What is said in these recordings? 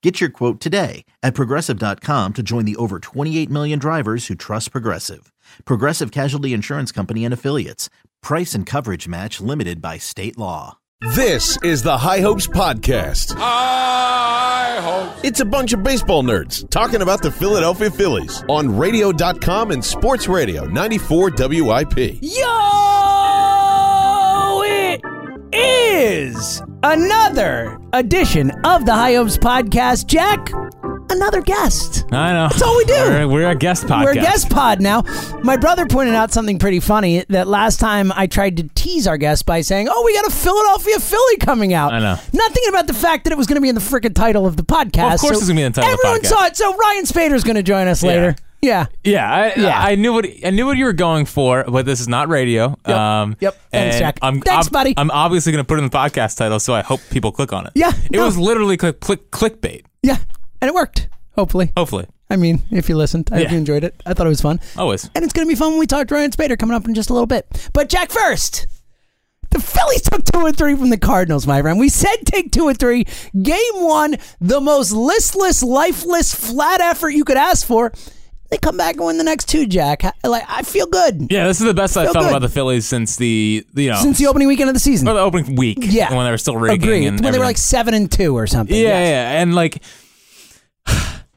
Get your quote today at progressive.com to join the over 28 million drivers who trust Progressive. Progressive Casualty Insurance Company and Affiliates. Price and coverage match limited by state law. This is the High Hopes Podcast. I hope. It's a bunch of baseball nerds talking about the Philadelphia Phillies on radio.com and sports radio 94 WIP. Yo, it is another edition of the High Hopes podcast. Jack, another guest. I know. That's all we do. We're, we're a guest podcast. We're a guest pod now. My brother pointed out something pretty funny that last time I tried to tease our guest by saying, "Oh, we got a Philadelphia Philly coming out." I know. Not thinking about the fact that it was going to be in the freaking title of the podcast. Well, of course So it's gonna be in the title of the Everyone podcast. saw it. So Ryan Spader's going to join us later. Yeah. Yeah, I, Yeah. I knew what I knew what you were going for, but this is not radio. Yep. Um, Yep. Thanks, and Jack. Thanks, ob- buddy. I'm obviously going to put it in the podcast title, so I hope people click on it. Yeah, it no. was literally click, click clickbait. Yeah. And it worked. Hopefully. Hopefully, I mean, if you listened, I hope Yeah. you enjoyed it. I thought it was fun. always. And it's going to be fun when we talk to Ryan Spader coming up in just a little bit. But Jack first. The Phillies took two and three from the Cardinals, my friend. We said take two and three. Game one, the most listless, lifeless, flat effort you could ask for. They come back and win the next two, Jack. I- Like I feel good Yeah, this is the best I've Feel thought good. about the Phillies since the the, you know since the opening weekend of the season. or the opening week. yeah, when they were still raking Agreed. and when they were like everything. seven and two or something. yeah, Yes. yeah, and like,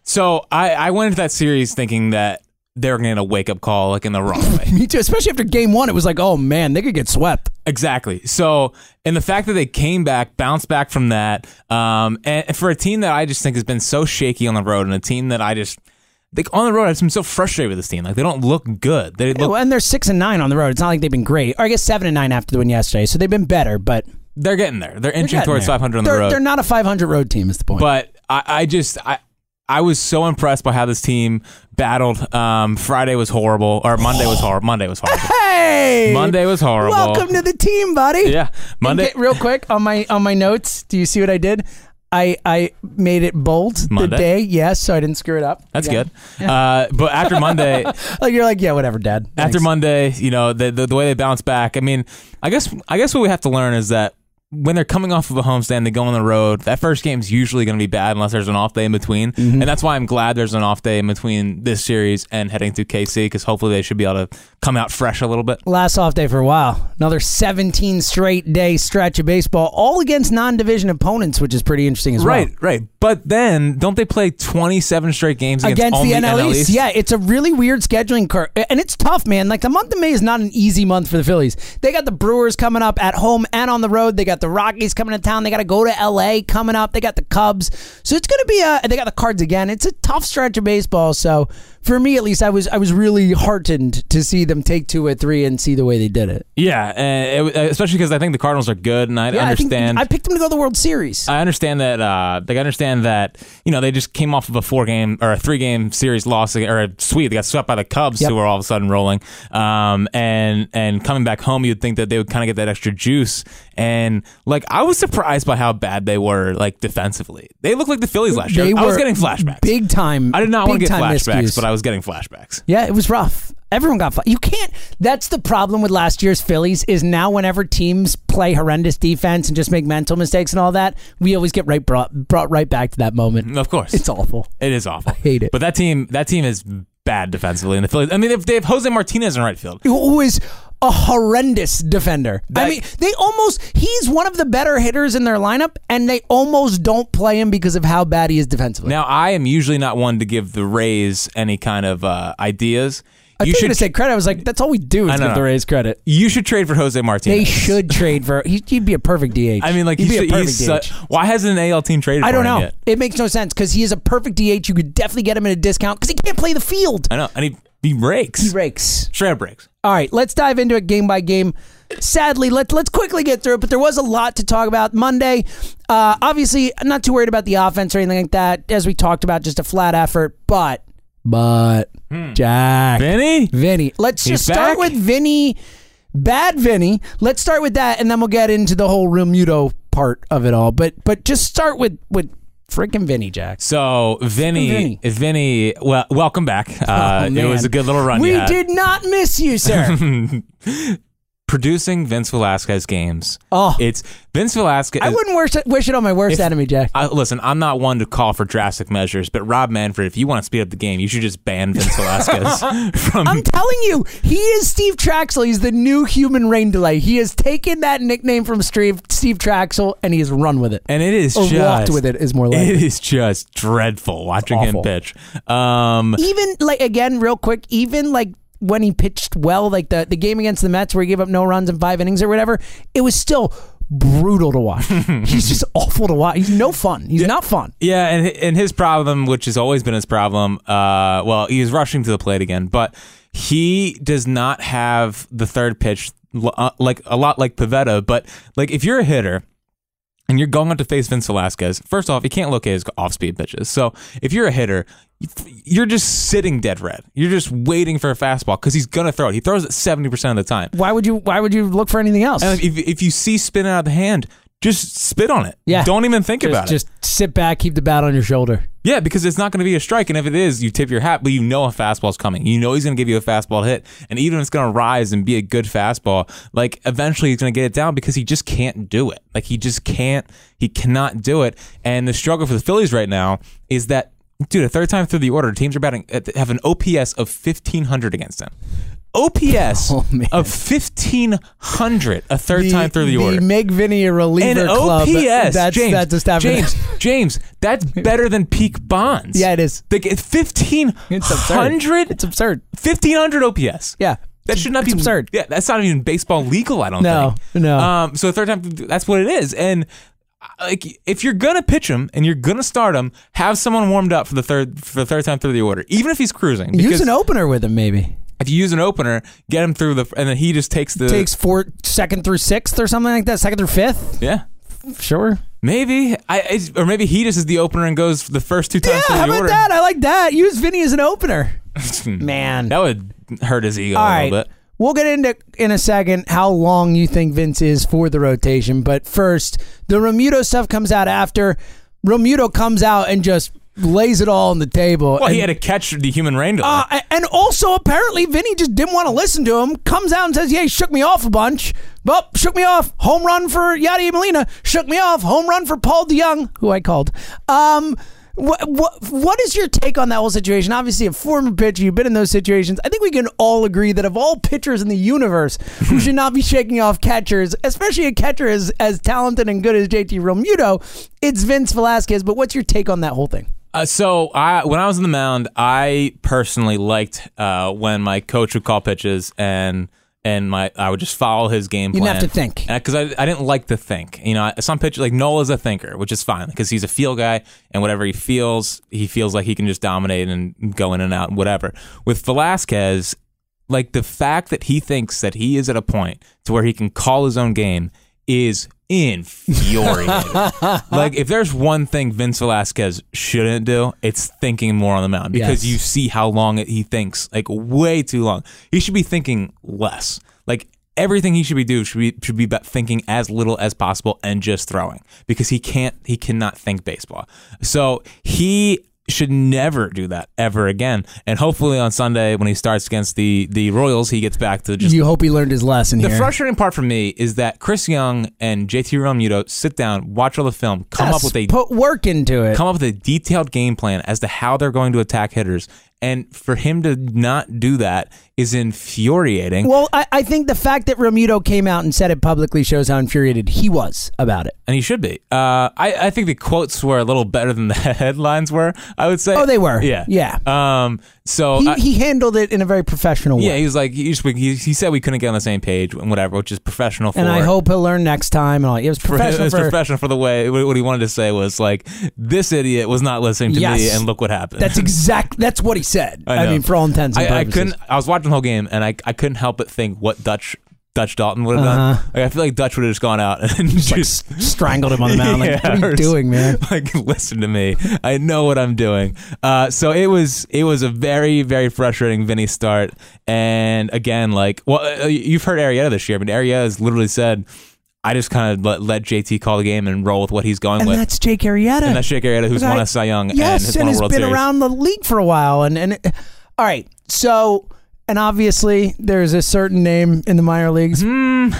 so I I went into that series thinking that they were going to wake up call like in the wrong way. Me too. Especially after game one, it was like, oh man, they could get swept. Exactly. So, and the fact that they came back, bounced back from that, um, and for a team that I just think has been so shaky on the road, and a team that I just like on the road, I've been so frustrated with this team. Like they don't look good. They Well, look. and they're six and nine on the road. It's not like they've been great. Or I guess seven and nine after the win yesterday, so they've been better. But They're getting there. they're They're inching getting towards there. 500 on they're, the road. They're not a 500 road team. Is the point? But I, I just I I was so impressed by how this team battled. Um, Friday was horrible, or Monday was horrible. Monday was horrible. hey, Monday was horrible. Welcome to the team, buddy. yeah, Monday. Okay, real quick on my on my notes. Do you see what I did? I I made it bold the Monday? day. Yes, so I didn't screw it up. That's Yeah. good. Uh, but after Monday, Like you're like, yeah, whatever, Dad. after Thanks. Monday, you know, the, the the way they bounce back. I mean, I guess I guess what we have to learn is that when they're coming off of a homestand, they go on the road. That first game's usually going to be bad unless there's an off day in between, Mm-hmm. and that's why I'm glad there's an off day in between this series and heading to KC because hopefully they should be able to come out fresh a little bit. last off day for a while. Another 17 straight day stretch of baseball, all against non-division opponents, which is pretty interesting as well. Right, right. But then don't they play 27 straight games against, against, only the NL, East. Yeah. Yeah, it's a really weird scheduling curve, and it's tough, man. Like the month of May is not an easy month for the Phillies. They got the Brewers coming up at home and on the road. They got the Rockies coming to town. They got to go to LA coming up. They got the Cubs, so it's gonna be a. and They got the Cards again. It's a tough stretch of baseball. So for me, at least, I was I was really heartened to see them take two at three and see the way they did it. Yeah, and it, especially because I think the Cardinals are good, and I Yeah, understand. I, think, I picked them to go to the World Series. I understand that. Uh, like I understand that. You know, they just came off of a four game or a three game series loss or a sweep. They got swept by the Cubs, Yep. who were all of a sudden rolling. Um, and and coming back home, you'd think that they would kind of get that extra juice. And like I was surprised by how bad they were, like defensively. They looked like the Phillies last year. They I was were getting flashbacks. big time. I did not want big to get time flashbacks, miscues. but I was getting flashbacks. Yeah, it was rough. Everyone got fired. You can't. That's the problem with last year's Phillies is now whenever teams play horrendous defense and just make mental mistakes and all that, we always get right brought brought right back to that moment. Of course, It's awful. It is awful. I hate it. But that team, that team is bad defensively in the Phillies. I mean, if they have Jose Martinez in right field, who is a horrendous defender. I That- mean, they almost he's one of the better hitters in their lineup and they almost don't play him because of how bad he is defensively. now I am usually not one to give the Rays any kind of uh, ideas. I you thought you should should say credit. I was like, that's all we do is know. give the Rays credit. you should trade for Jose They Martinez. should trade for. He, he'd be a perfect DH. I mean, like he'd he's, be a perfect he's DH. such- why hasn't an AL team traded? I for don't him know. Yet? It makes no sense because he is a perfect DH. You could definitely get him at a discount because he can't play the field. I know, and he he breaks. He rakes. Straight up breaks. All right, let's dive into it game by game. Sadly, let, let's quickly get through it, but there was a lot to talk about Monday. Uh, obviously, I'm not too worried about the offense or anything like that, as we talked about, just a flat effort. But, but, Jack. Vinny, Vinny. Let's Hmm. He's just start back? with Vinny, bad Vinny. Let's start with that, and then we'll get into the whole real Muto part of it all. But, but just start with, with freaking Vinny, Jack. So Vinny, Vinny, well, welcome back. Uh, Oh, it was man. a good little run. We you had. did not miss you, sir. producing Vince Velasquez games. Oh. it's Vince Velasquez. I wouldn't wish it, wish it on my worst enemy, Jack. I, listen, I'm not one to call for drastic measures, but Rob Manfred, if you want to speed up the game, you should just ban Vince Velasquez from. I'm telling you, he is Steve Traxel. He's the new human rain delay. He has taken that nickname from Steve, Steve Traxel and he has run with it. and it is or just walked with it is more like It is just dreadful watching him awful. pitch. Um, Even like again, real quick, even like when he pitched well, like the, the game against the Mets where he gave up no runs in five innings or whatever, it was still brutal to watch. He's just awful to watch. He's no fun. He's not fun. Yeah, and and his problem, which has always been his problem, uh, well, he was rushing to the plate again, but he does not have the third pitch l- uh, like a lot like Pavetta. But like if you're a hitter and you're going up to face Vince Velasquez, first off, you can't look at his off-speed pitches. So if you're a hitter, you're just sitting dead red. You're just waiting for a fastball because he's gonna throw it. He throws it seventy percent of the time. Why would you why would you look for anything else? And if if you see spin out of the hand, just spit on it. Yeah. don't even think just, about it. just sit back, keep the bat on your shoulder. Yeah, because it's not going to be a strike, and if it is, you tip your hat, but you know a fastball's coming. You know he's going to give you a fastball hit, and even if it's going to rise and be a good fastball, like eventually he's going to get it down because he just can't do it. Like he just can't, he cannot do it. And the struggle for the Phillies right now is that, dude, a third time through the order, teams are batting have an OPS of fifteen hundred against them. OPS Oh, man. of fifteen hundred a third time through the, order. Make Vinny a An reliever club. OPS, That's James, that's establishment. James, James, that's better than peak bonds. Yeah, it is. Like fifteen hundred, It's absurd. fifteen hundred OPS. Yeah. That should not It's be absurd. Yeah, that's not even baseball legal. I don't No, think. no. Um, so third time, that's what it is. And uh, like, if you're gonna pitch him and you're gonna start him, have someone warmed up for the third for the third time through the order, even if he's cruising. Because Use an opener with him, maybe. if you use an opener, get him through the, and then he just takes the Takes four second through sixth or something like that. Second through fifth. Yeah. Sure. Maybe I, I- or maybe he just is the opener and goes the first two Yeah, times through how the about order. that? I like that. Use Vinny as an opener. Man. That would hurt his ego All a right. little bit. We'll get into in a second how long you think Vince is for the rotation, but first, the Romuto stuff comes out after. Romuto comes out and just lays it all on the table. Well, and he had to catch the human rain delay. Uh, and also, apparently, Vinny just didn't want to listen to him. Comes out and says, Yeah, he shook me off a bunch. Well, shook me off. Home run for Yadi Molina. Shook me off. Home run for Paul DeYoung, who I called. Um, what, what, what is your take on that whole situation? Obviously, a former pitcher, you've been in those situations. I think we can all agree that of all pitchers in the universe who should not be shaking off catchers, especially a catcher as, as talented and good as JT Romuto, it's Vince Velasquez. But what's your take on that whole thing? Uh, so I, when I was in the mound, I personally liked uh, when my coach would call pitches and and my I would just follow his game You plan. didn't have to think. because I, I didn't like to think. You know, I- some pitchers like Nola's a thinker, which is fine because he's a feel guy and whatever he feels, he feels like he can just dominate and go in and out and whatever. With Velasquez, like the fact that he thinks that he is at a point to where he can call his own game is infuriating. like if there's one thing Vince Velasquez shouldn't do, it's thinking more on the mound because Yes. you see how long it, he thinks, like way too long. He should be thinking less. Like everything he should be doing should be should be about thinking as little as possible and just throwing because he can't he cannot think baseball. So he should never do that ever again. And hopefully on Sunday when he starts against the the Royals, he gets back to just you hope he learned his lesson the here. frustrating part for me is that Chris Young and JT Realmuto sit down, watch all the film, come Yes, up with a put work into it. come up with a detailed game plan as to how they're going to attack hitters. And for him to not do that is infuriating. Well, I, I think the fact that Romuto came out and said it publicly shows how infuriated he was about it. and he should be. Uh, I, I think the quotes were a little better than the headlines were. I would say. Oh, they were. Yeah, Yeah. Um, so He, I- he handled it in a very professional way. yeah, he was like, he, just, he, he said we couldn't get on the same page and whatever, which is professional. For and I hope he'll learn next time. And all. It was for professional. it's for- professional for the way what what he wanted to say was like this idiot was not listening to me Yes. and look what happened. that's exact. That's what he said. I, know. mean, for all intents and I, I purposes. couldn't. I was watching the whole game and I, I couldn't help but think what Dutch Dutch Dalton would have Uh-huh. done. Like, I feel like Dutch would have just gone out and Like, just s- strangled him on the mound. Like, what Yeah, are or you just- doing, man? Like, listen to me. I know what I'm doing. Uh, so it was it was a very very frustrating Vinny start. And again, like, well, uh, you've heard Arietta this year, but Arietta has literally said, "I just kind of let, let JT call the game and roll with what he's going And with." that's Jake Arrieta. and that's Jake Arrieta, who's The guy- won a Cy Young and Yes, has and, won a has World been Series. around the league for a while. And and it- all right, so and obviously there's a certain name in the minor leagues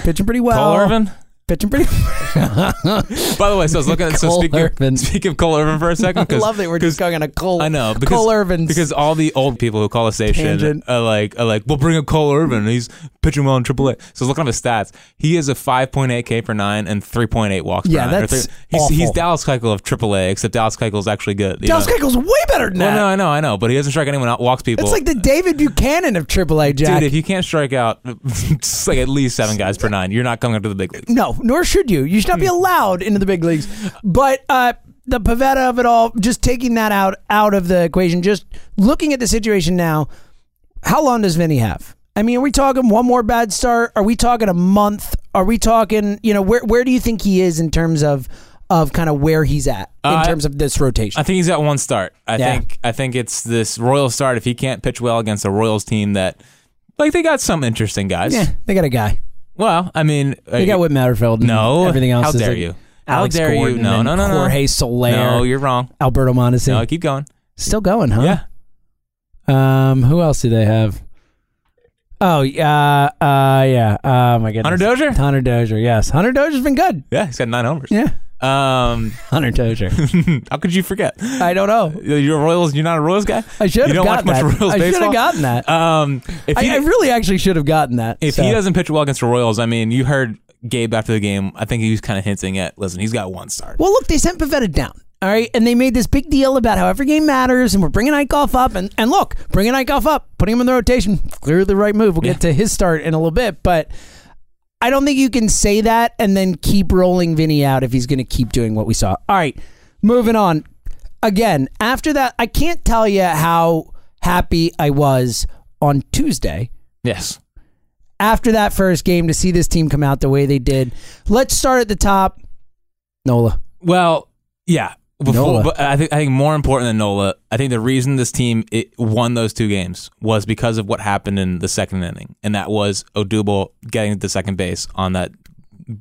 pitching pretty well. Hmm. Cole Irvin. pitching pretty. By the way, so I was looking at so Cole speaking Irvin. Of, speak of Cole Irvin for a second. I 'cause- love that we're just 'cause- going on a Cole. I know because Cole Irvin's because all the old people who call the station Tangent. are like are like we'll bring up Cole Irvin and he's pitching well in AAA. So looking up his stats, he is a 5.8 K per nine and 3.8 walks. Yeah, per nine, or that's three- he's, he's awful. Dallas Keuchel of AAA, except Dallas Keuchel is actually good. you Dallas know? Keuchel's way better than Well, that. no, I know, I know, but he doesn't strike anyone out, walks people. it's like the David Buchanan of AAA, Jack. Dude, if you can't strike out it's like at least seven guys per nine, you're not coming up to the big league. no, nor should you. You should not be Hmm. allowed into the big leagues. But uh, the Pavetta of it all, just taking that out out of the equation, just looking at the situation now. How long does Vinny have? I mean, are we talking one more bad start? Are we talking a month? Are we talking? You know, where where do you think he is in terms of of kind of where he's at in Uh, terms of this rotation? I think he's got one start. I Yeah. think I think it's this Royal start. If he can't pitch well against a Royals team that, like, they got some interesting guys. yeah, they got a guy. Well, I mean, uh, They got Whit Matterfield. And No, everything else. How is dare like you? Alex how dare Gordon you? No, and no, no, no. Jorge Soler. No, you're wrong. Alberto Mondesi. No, keep going. Still going, huh? Yeah, Um, who else do they have? Oh, yeah, uh, yeah. Oh my goodness, Hunter Dozier. Hunter Dozier. Yes, Hunter Dozier's been good. Yeah, he's got nine homers. Yeah, Um, Hunter Dozier. how could you forget? I don't know. You're a Royals. You're not a Royals guy. Uh, I should You have don't watch gotten much that. Royals I should baseball. have gotten that. Um, if he I, I really actually should have gotten that. if so. he doesn't pitch well against the Royals, I mean, you heard Gabe after the game. I think he was kind of hinting at, listen, he's got one start. well, look, they sent Pavetta down. All right, and they made this big deal about how every game matters, and we're bringing Eichhoff up, and, and look, bringing Eichhoff up, putting him in the rotation, clearly the right move. We'll get to his start in a little bit, but I don't think you can say that and then keep rolling Vinny out if he's going to keep doing what we saw. All right, moving on. Again, after that, I can't tell you how happy I was on Tuesday Yes. after that first game to see this team come out the way they did. Let's start at the top. Nola. Well, yeah. Before, Nola. but I think I think more important than Nola, I think the reason this team it won those two games was because of what happened in the second inning, and that was Odubel getting to second base on that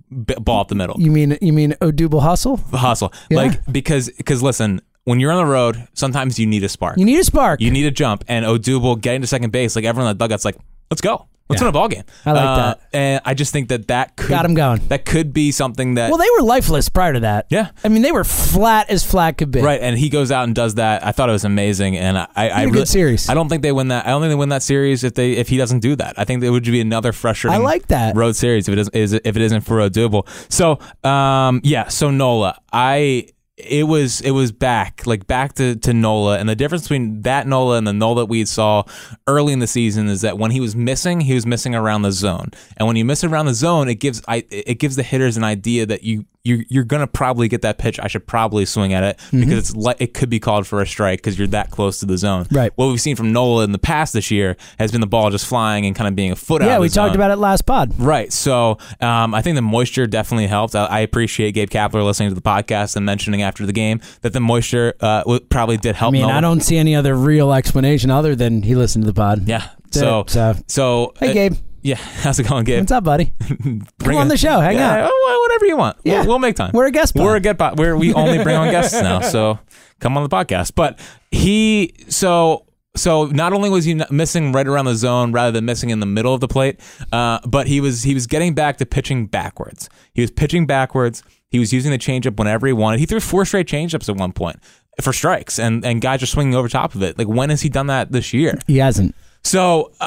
b- ball up the middle You mean you mean Odubel hustle? hustle. Like because because listen, when you're on the road, sometimes you need a spark, You need a spark. you need a jump, and Odubel getting to second base, like everyone in the dugout's like, let's go, let's win a ball game. I like that. and I just think that that could Got 'em going. That could be something that well, they were lifeless prior to that. Yeah. I mean, they were flat as flat could be. Right, and he goes out and does that. I thought it was amazing, and I, I, I a good really- series. I don't think they win that. I don't think they win that series if they if he doesn't do that. I think it would be another frustrating. I like that. road series if it isn't is, if it isn't for Odubel. So, um, yeah. So Nola, I it was it was back like back to, to Nola, and the difference between that Nola and the Nola that we saw early in the season is that when he was missing, he was missing around the zone, and when you miss around the zone, it gives I it gives the hitters an idea that you you you're gonna probably get that pitch. I should probably swing at it Mm-hmm. because it's li- it could be called for a strike because you're that close to the zone. Right. What we've seen from Nola in the past this year has been the ball just flying and kind of being a foot out. Yeah, of we the talked zone. about it last pod. Right. So um, I think the moisture definitely helped. I, I appreciate Gabe Kapler listening to the podcast and mentioning after the game that the moisture uh, w- probably did help. I mean, Nolan. I don't see any other real explanation other than he listened to the pod. Yeah. That's So it, so- so Hey, uh, Gabe. Yeah, how's it going, Gabe? What's up, buddy? Come Bring on it. the show. Hang yeah, out. wh- whatever you want. Yeah. We'll, we'll make time. We're a guest pod. We're a guest pod. We're, we only bring on guests now, so come on the podcast. But he, so so not only was he n- missing right around the zone rather than missing in the middle of the plate, uh, but he was he was getting back to pitching backwards. He was pitching backwards. He was using the changeup whenever he wanted. He threw four straight changeups at one point for strikes, and and guys are swinging over top of it. Like when has he done that this year? He hasn't. So um,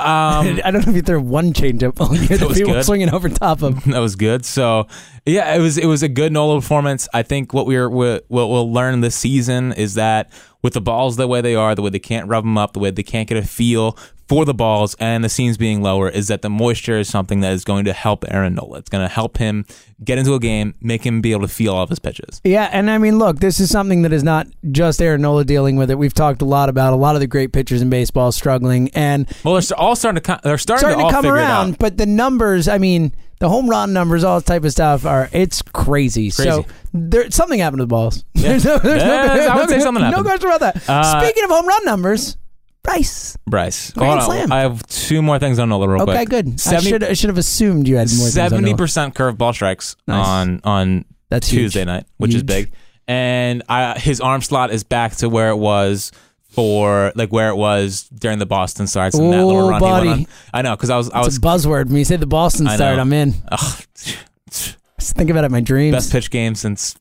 I don't know if you threw one changeup all year that was people were good. swinging over top of. that was good. So yeah, it was it was a good Nola performance. I think what we're what what we'll learn this season is that with the balls the way they are, the way they can't rub them up, the way they can't get a feel for the balls, and the seams being lower, is that the moisture is something that is going to help Aaron Nola. It's going to help him get into a game, make him be able to feel all of his pitches. Yeah, and I mean, look, this is something that is not just Aaron Nola dealing with it. We've talked a lot about a lot of the great pitchers in baseball struggling and Well, they're all starting to co- they're starting, starting to, to all come figure it out. around, but the numbers, I mean, the home run numbers, all that type of stuff are it's crazy. So Crazy. there something happened to the balls. there's no, there's Yeah, I would say something No happened. question about that. Uh, Speaking of home run numbers, Bryce. Bryce, Grand Hold on, slam. I have two more things on Nola real quick. Okay, good. I 70 should I should have assumed you had more. things on seventy Nola. percent curveball strikes Nice. on on That's huge. Tuesday night, which is Huge. big. And I, his arm slot is back to where it was for like where it was during the Boston starts and that Oh, little run. he went buddy. on. I know because I was I It's was a buzzword. When you say the Boston I know. start, I'm in. ugh, Just think about it in my dreams. best pitch game since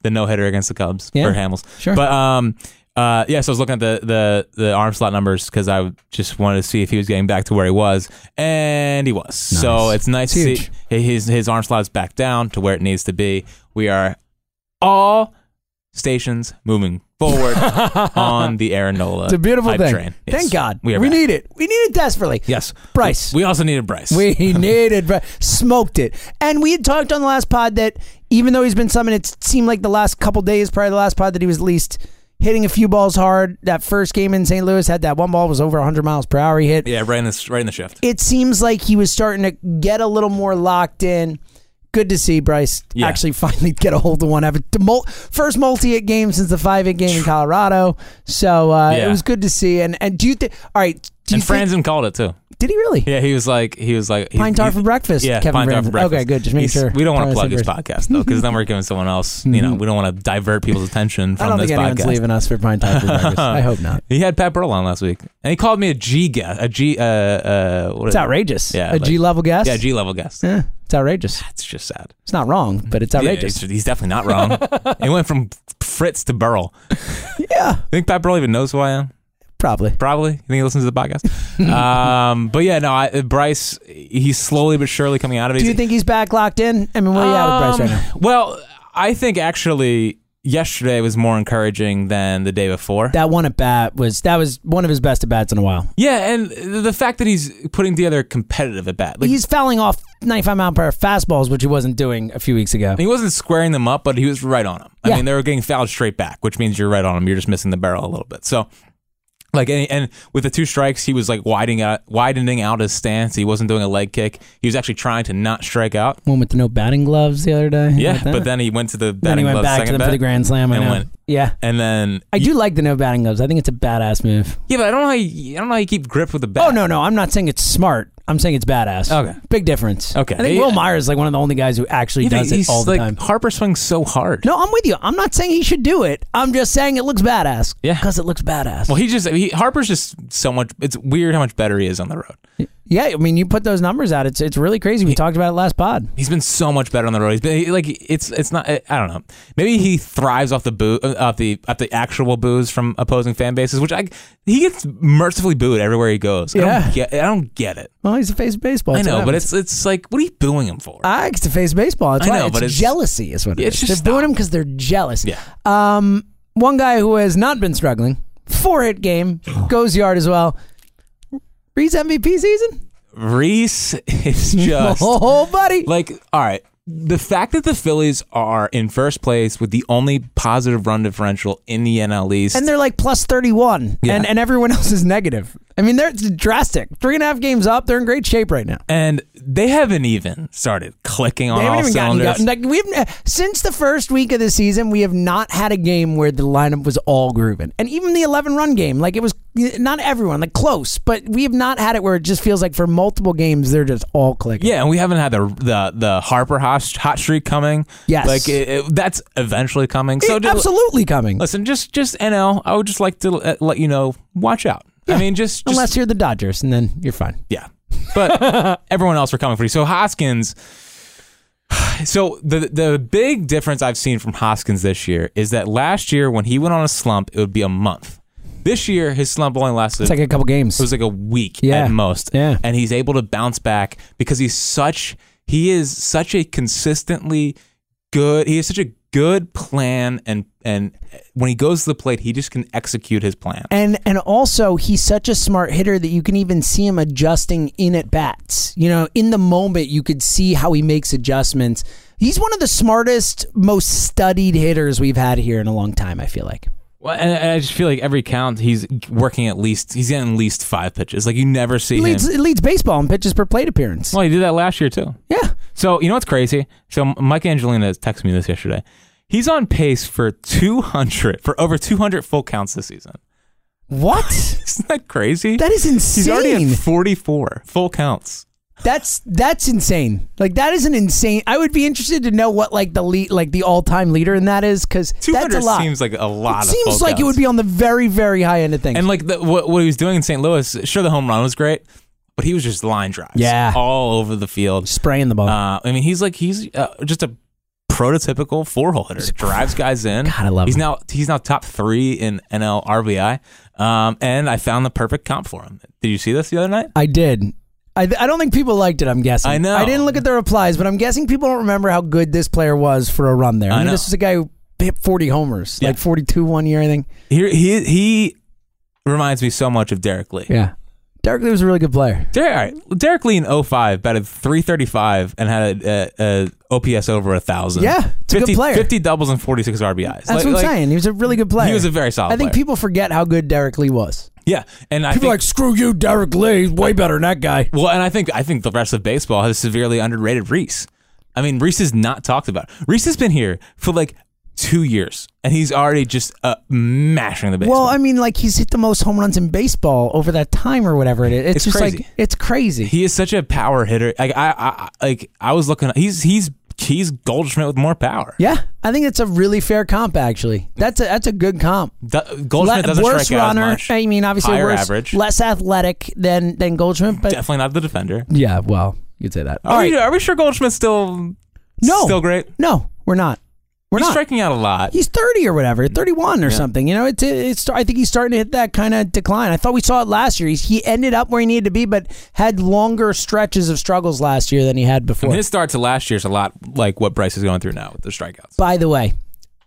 the no hitter against the Cubs Yeah. for Hamels. Sure. But um, uh, yeah. So I was looking at the the the arm slot numbers because I just wanted to see if he was getting back to where he was, and he was. So it's nice It's to huge. see his his arm slot's back down to where it needs to be. We are all stations moving forward on the Aaron Nola. it's a beautiful hype thing. Train. Yes. Thank God. we We, are back. need it. We need it desperately. yes Bryce. We, we also needed Bryce. We needed Bryce. Smoked it. And we had talked on the last pod that even though he's been summoned, it seemed like the last couple days, probably the last pod, that he was at least hitting a few balls hard. That first game in St. Louis had that one ball was over 100 miles per hour he hit. yeah, right in the right in the shift. It seems like he was starting to get a little more locked in. Good to see Bryce Yeah. actually finally get a hold of one. Have a to mul- first multi hit game since the five hit game in Colorado. So uh, Yeah. it was good to see. And and do you think? All right, do you And think- Franzen called it too. did he really? Yeah, he was like, he was like, he- Pine tar he- for breakfast, Yeah, Kevin pine tar Brandon. for breakfast. Okay, good. Just making He's- sure. We don't want Probably to plug his same podcast though, because then we're giving someone else. You know, we don't want to divert people's attention I from don't this think anyone's podcast. Uh, leaving us for prime time. for breakfast. I hope not. He had Pat Burl on last week, and he called me a G guest, a G. Uh, uh, what It's is it? outrageous. a Yeah, like- G level guess. Yeah, G level guest. Eh, it's outrageous. That's just sad. It's not wrong, but it's Yeah, outrageous. he's, he's definitely not wrong. he went from Fritz to Burl. yeah, Think Pat Burl even knows who I am? probably. Probably. You think he listens to the podcast? um, but yeah, no. I, Bryce, he's slowly but surely coming out of it. Do He's- you think he's back locked in? I mean, where you at with Bryce right now? Um, Well, I think actually yesterday was more encouraging than the day before. That one at bat was that was one of his best at bats in a while. yeah, and the fact that he's putting together competitive at bat, like he's fouling off 95 mile per hour fastballs, which he wasn't doing a few weeks ago. he wasn't squaring them up, but he was right on them. I Yeah. mean, they were getting fouled straight back, which means you're right on them. You're just missing the barrel a little bit. So. Like and, and with the two strikes, he was like widening out, widening out his stance. He wasn't doing a leg kick. He was actually trying to not strike out. One with the no batting gloves the other day. Yeah, Like that. but then he went to the then he batting went glove back to second them bat, for the grand slam. I and know. went- Yeah, and then I do like the no batting gloves. I think it's a badass move. yeah, but I don't know. How you, I don't know how you keep grip with the bat. Oh no, no, I'm not saying it's smart. I'm saying it's badass. Okay. big difference. Okay. I think Will Meyer is like one of the only guys who actually You think does it he's all the like, time. Harper swings so hard. No, I'm with you. I'm not saying he should do it. I'm just saying it looks badass. Yeah. because it looks badass. Well, he just he, Harper's just so much. It's weird how much better he is on the road. yeah, I mean, you put those numbers out. It's it's really crazy. We talked about it last pod. He's been so much better on the road. He's been he- like it's it's not. I don't know. Maybe he thrives off the boo uh, off the off the actual boos from opposing fan bases, which I he gets mercifully booed everywhere he goes. I Yeah. don't get, I don't get it. Well, he's the face of baseball. I It's know, what but happens. it's it's like what are you booing him for? Ah, it's the face of baseball. That's I why know, it's but it's- jealousy is what it Yeah, is. it's just they're doing stop. him because they're jealous. yeah, Um, one guy who has not been struggling, four hit game, goes yard as well. Reed's MVP season. Reese is just oh, buddy. Like, all right, the fact that the Phillies are in first place with the only positive run differential in the NL East. and they're like plus 31 Yeah. and, and everyone else is negative I mean, they're it's drastic. Three and a half games up. They're in great shape right now. and they haven't even started clicking on They all haven't even gotten, cylinders. gotten like we've eh, since the first week of the season, we have not had a game where the lineup was all grooving, and even the eleven run game, like it was eh, not everyone, like close, but we have not had it where it just feels like for multiple games they're just all clicking. yeah, and we haven't had the the, the Harper hot, hot streak coming. Yes. like it, it- that's eventually coming. So so just, absolutely coming listen, just just NL. I would just like to uh, let you know, watch out. I mean, just, just unless you're the Dodgers, and then you're fine. Yeah. But everyone else were coming for you. So Hoskins. So the the big difference I've seen from Hoskins this year is that last year when he went on a slump, it would be a month. This year his slump only lasted It's like a couple games. it was like a week Yeah. at most. Yeah. And he's able to bounce back because he's such he is such a consistently good he has such a good plan and and when he goes to the plate, he just can execute his plan. and and also he's such a smart hitter that you can even see him adjusting in at bats. You know, in the moment you could see how he makes adjustments. He's one of the smartest, most studied hitters we've had here in a long time. I feel like. Well, and and I just feel like every count he's working at least he's getting at least five pitches. Like you never see It him. leads, it leads baseball in pitches per plate appearance. Well, he did that last year too. yeah. So you know what's crazy? So M- Mike Angelina texted me this yesterday. He's on pace for 200 for over 200 full counts this season. What? Isn't that crazy? That is he's already insane. at 44 full counts. that's that's insane. Like that is an insane. I would be interested to know what like the lead, like the all time leader in that is because that's 200 a lot. seems like a lot. it of full seems like counts. it would be on the very very high end of things. And like the, what what he was doing in St. Louis, sure the home run was great, but he was just line drives. Yeah. all over the field. spraying the ball. Uh, I mean, he's like he's uh, just a prototypical four hole hitter. Drives guys in. God, I love He's him. now he's now top three in NL RBI. Um, and I found the perfect comp for him. Did you see this the other night? I did. I, I don't think people liked it. I'm guessing. I know. I didn't look at the replies, but I'm guessing people don't remember how good this player was for a run there. I, I mean, know. this was a guy who hit 40 homers, Yeah. like 42 one year, I think. Here he he reminds me so much of Derek Lee. Yeah, Derek Lee was a really good player. Derek, all right, Derek Lee in 05 batted 335 and had a, a, a OPS over 1,000. Yeah, it's a good player. 50 doubles and 46 RBIs. That's what I'm saying. He was a really good player. He was a very solid I think player. people forget how good Derek Lee was. Yeah. And I People think, are like, screw you, Derek Lee. He's way better than that guy. Well, and I think I think the rest of baseball has severely underrated Reese. I mean, Reese is not talked about. Reese has been here for like two years, and he's already just uh, mashing the baseball. Well, I mean, like he's hit the most home runs in baseball over that time or whatever it is. It's, It's just crazy. like it's crazy. he is such a power hitter. Like I, I, I like I was looking. He's he's he's Goldschmidt with more power. yeah, I think it's a really fair comp. Actually, that's a that's a good comp. Do- Goldschmidt Le- doesn't worse strike out as runner. much. I mean, obviously Higher worse, average. less athletic than than Goldschmidt, but Definitely not the defender. yeah, well, you could say that. Are, we, are we sure Goldschmidt's still no, still great? No, we're not. We're he's not. striking out a lot. He's thirty or whatever, Mm. thirty-one or something. You know, it's it's. I think he's starting to hit that kind of decline. I thought we saw it last year. He's, he ended up where he needed to be, but had longer stretches of struggles last year than he had And before. his start to last year's a lot like what Bryce is going through now with the strikeouts. By the way,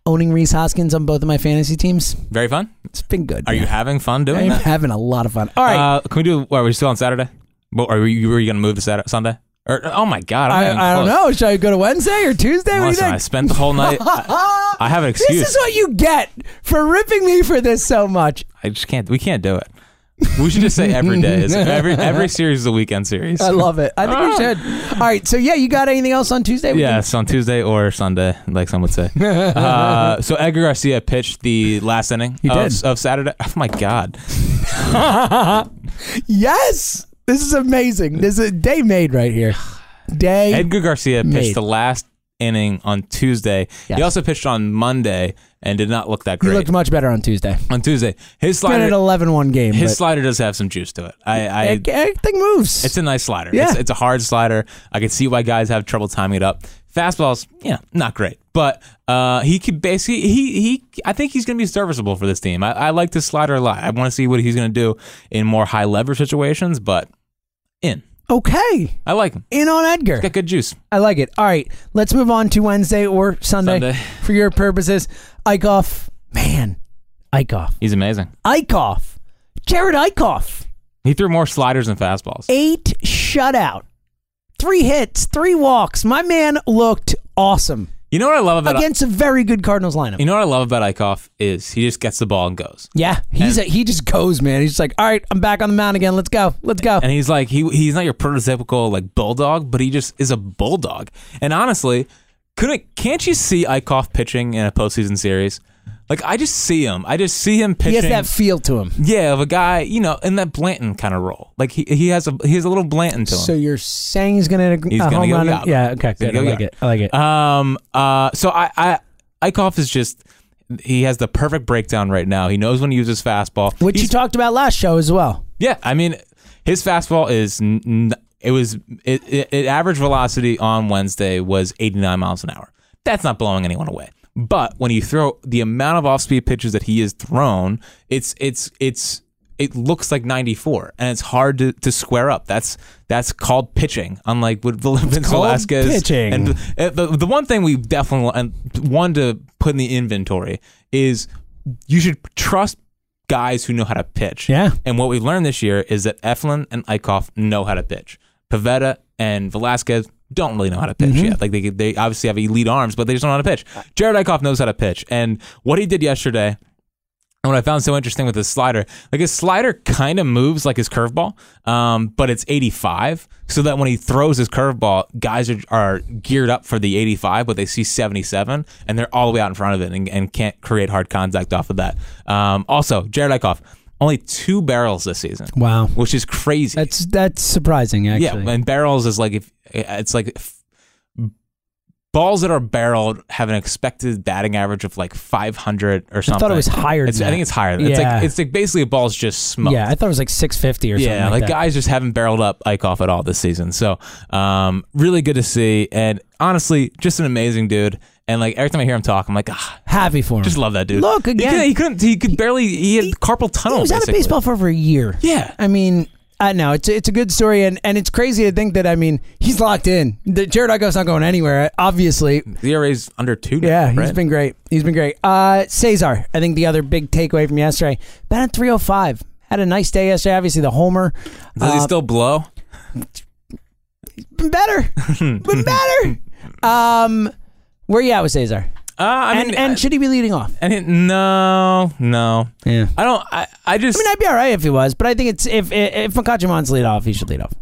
owning Reese Hoskins on both of my fantasy teams, Very fun. it's been good. Are you having fun doing I'm that? having a lot of fun. All right. Uh, can we do? Are we still on Saturday? Well, are you, were you going to move to Saturday, Sunday? Or oh my God, I'm not even I, I don't close. know. Shall I go to Wednesday or Tuesday? What do you Listen, think? I spent the whole night. I, I have an excuse. This is what you get for ripping me for this so much. I just can't. We can't do it. We should just say every day is every every series is a weekend series. I love it. I think we should. All right. So yeah, you got anything else on Tuesday? We can- Yes, on Tuesday or Sunday, like some would say. uh, so Edgar Garcia pitched the last inning He of, did. of Saturday. Oh my God! Yes. This is amazing. This is a day made right here. Day. Edgar Garcia pitched Made. the last inning on Tuesday. Yes. He also pitched on Monday and did not look that he great. looked much better on Tuesday. on Tuesday, his Been slider an 11-1 game. His but slider does have some juice to it. I, I e- everything moves. it's a nice slider. Yeah. It's, it's a hard slider. I can see why guys have trouble timing it up. Fastballs, yeah, not great, but uh, he could basically he he. I think he's going to be serviceable for this team. I, I like this slider a lot. I want to see what he's going to do in more high leverage situations, but in okay. I like him. In on Edgar. Got good juice. I like it. All right, let's move on to Wednesday or Sunday, Sunday. for your purposes. Eichhoff, man, Eichhoff, He's amazing. Eichhoff, Jared Eichhoff, He threw more sliders than fastballs. eight shutout, three hits, three walks. My man looked awesome. You know what I love about against a very good Cardinals lineup. you know what I love about Eichhoff is he just gets the ball and goes. yeah, he's a, he just goes, man. He's just like, all right, I'm back on the mound again. Let's go, let's go. And he's like he he's not your prototypical like bulldog, but he just is a bulldog. And honestly, couldn't can't you see Eichhoff pitching in a postseason series? Like I just see him. I just see him He pitching. has that feel to him. yeah, of a guy, you know, in that Blanton kind of role. Like he, he has a he has a little Blanton to him. So you're saying he's gonna He's a gonna home go run? yard. Yeah, okay, good. I gonna go like yard. it. I like it. Um. Uh. So I. I. Eichhoff is just. He has the perfect breakdown right now. He knows when to use his fastball. Which you He's- talked about last show as well. yeah. I mean, his fastball is. N- n- it was. It, it, it average velocity on Wednesday was 89 miles an hour. That's not blowing anyone away. But when you throw the amount of off-speed pitches that he has thrown, it's it's it's it looks like 94, and it's hard to, to square up. That's that's called pitching. Unlike what Vil- Vince called Velasquez pitching. and uh, the, the one thing we definitely and one to put in the inventory is you should trust guys who know how to pitch. Yeah. And what we've learned this year is that Eflin and Eichhoff know how to pitch. Pavetta and Velasquez don't really know how to pitch yet. Like they they obviously have elite arms, but they just don't know how to pitch. Jared Eichhoff knows how to pitch, and what he did yesterday. And what I found so interesting with his slider, like his slider kind of moves like his curveball, um, but it's 85. So that when he throws his curveball, guys are, are geared up for the 85, but they see 77 and they're all the way out in front of it and, and can't create hard contact off of that. Um, also, Jared Eichhoff, only two barrels this season. Wow. Which is crazy. That's that's surprising, actually. Yeah, and barrels is like if it's like if balls that are barreled have an expected batting average of like 500 or something. thought it was higher than It's- I think that. it's higher. It's Yeah. like it's like basically a ball's just smoked. yeah, I thought it was like 650 or uh, Yeah, something. like, like that. guys just haven't barreled up Eichhoff at all this season. So, um, really good to see, and honestly, just an amazing dude. And like every time I hear him talk, I'm like, ah, Happy for him. just love that dude. Look, He again- couldn't- he couldn't, he could barely, he had carpal tunnel. He was out of basically. baseball for over a year. Yeah. I mean, I know it's it's a good story, and, and it's crazy to think that I mean he's locked in. The Jared Eichhoff's not going anywhere, obviously. The ERA's under two. now, Yeah, he's right? been great. He's been great. Uh, Cesar, I think the other big takeaway from yesterday. Batted 305. Had a nice day yesterday. Obviously, the homer. Does he Uh, still blow? been better. been better. Um, where you at with Cesar? Uh, I mean, and and should he be leading off? And it, no, no. Yeah. I don't. I, I just. I mean, I'd be all right if he was, but I think it's if if Makachimon's lead off, he should lead off.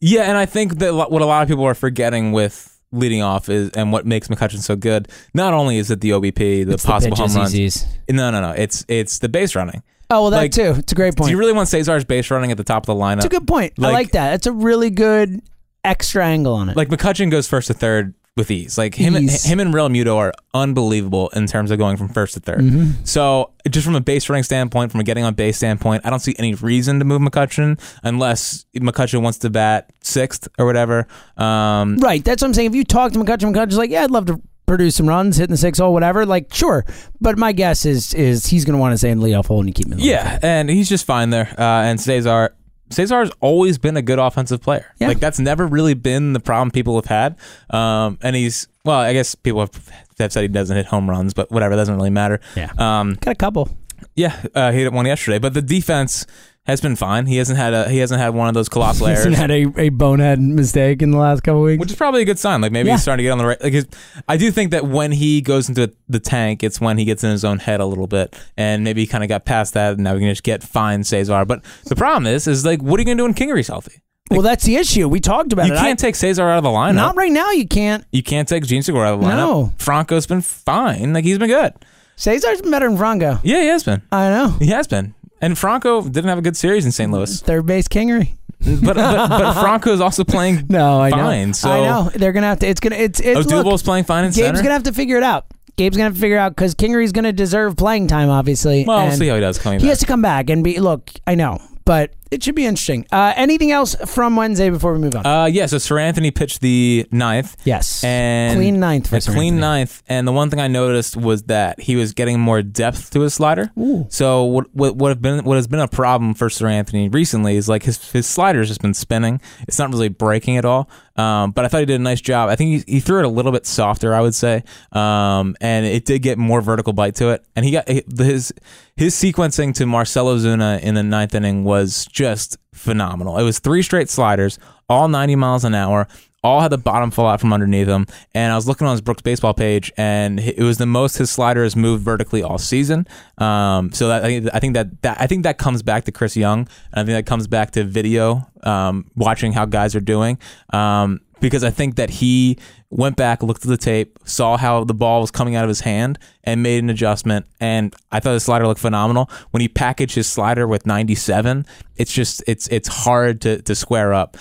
yeah, and I think that lo- what a lot of people are forgetting with leading off is, and what makes McCutcheon so good. Not only is it the OBP, the It's the possible pitches home he runs. sees. No, no, no. It's it's the base running. Oh well, that Like, too. It's a great Do point. you really want Cesar's base running at the top of the lineup? It's a good point. I Like- like that. That's a really good extra angle on it. Like McCutcheon goes first to third with ease. Like him, Ease. him and Real Muto are unbelievable in terms of going from first to 3rd Mm-hmm. So just from a base running standpoint, from a getting on base standpoint, I don't see any reason to move McCutcheon unless McCutcheon wants to bat sixth or whatever. Um, right. That's what I'm saying. If you talk to McCutcheon, McCutcheon's like, yeah, I'd love to produce some runs, hitting the six hole, whatever. Like, sure. But my guess is is he's going to want to say in leadoff hole and you keep him. in the yeah, and he's just fine there. Uh, and Cesar. Cesar's always been a good offensive player. Yeah. Like that's never really been the problem people have had. Um, and he's well, I guess people have, have said he doesn't hit home runs, but whatever, doesn't really matter. Yeah. Um, Got a couple. Yeah, uh, he hit one yesterday, but the defense has been fine. He hasn't had a he hasn't had one of those colossal Hasn't errors, had a, a bonehead mistake in the last couple weeks. which is probably a good sign. Like maybe Yeah. he's starting to get on the right. Like his, I do think that when he goes into the tank, it's when he gets in his own head a little bit, and maybe he kind of got past that, and now we can just get fine Cesar. But the problem is, is like, what are you going to do when Kingery's healthy? well, that's the issue. We talked about You it. can't I- take Cesar out of the lineup. not right now. You can't. you can't take Gene Segura out of the lineup. No. Franco's been fine. Like he's been good. Cesar's better than Franco. Yeah, he has been. I know. He has been. And Franco didn't have a good series in St. Louis. Third base Kingery. but, but but Franco is also playing. No, I know. fine. So I know they're gonna have to. It's gonna. It's it's. Odubel's look, playing fine in Gabe's center. gonna have to figure it out. Gabe's gonna have to figure it out because Kingery's gonna deserve playing time, obviously. well, we'll and see how he does coming he back. has to come back and be. Look, I know, but it should be interesting. Uh, anything else from Wednesday before we move on? uh, yeah. So Sir Anthony pitched the ninth. yes, And clean ninth for a Sir clean Anthony. ninth. And the one thing I noticed was that he was getting more depth to his slider. So what what what have been what has been a problem for Sir Anthony recently is like his his slider's just been spinning. It's not really breaking at all. Um, but I thought he did a nice job. I think he, he threw it a little bit softer, I would say. Um, and it did get more vertical bite to it. And he got his his sequencing to Marcelo Zuna in the ninth inning was just phenomenal. It was three straight sliders, all 90 miles an hour, all had the bottom fall out from underneath him. And I was looking on his Brooks baseball page, and h- it was the most his slider has moved vertically all season. Um, so that I think- I think that, that I think that comes back to Chris Young, and I think that comes back to video, um, watching how guys are doing. Um, because I think that he went back, looked at the tape, saw how the ball was coming out of his hand, and made an adjustment. And I thought his slider looked phenomenal. When he packaged his slider with 97, it's just it's it's hard to to square up.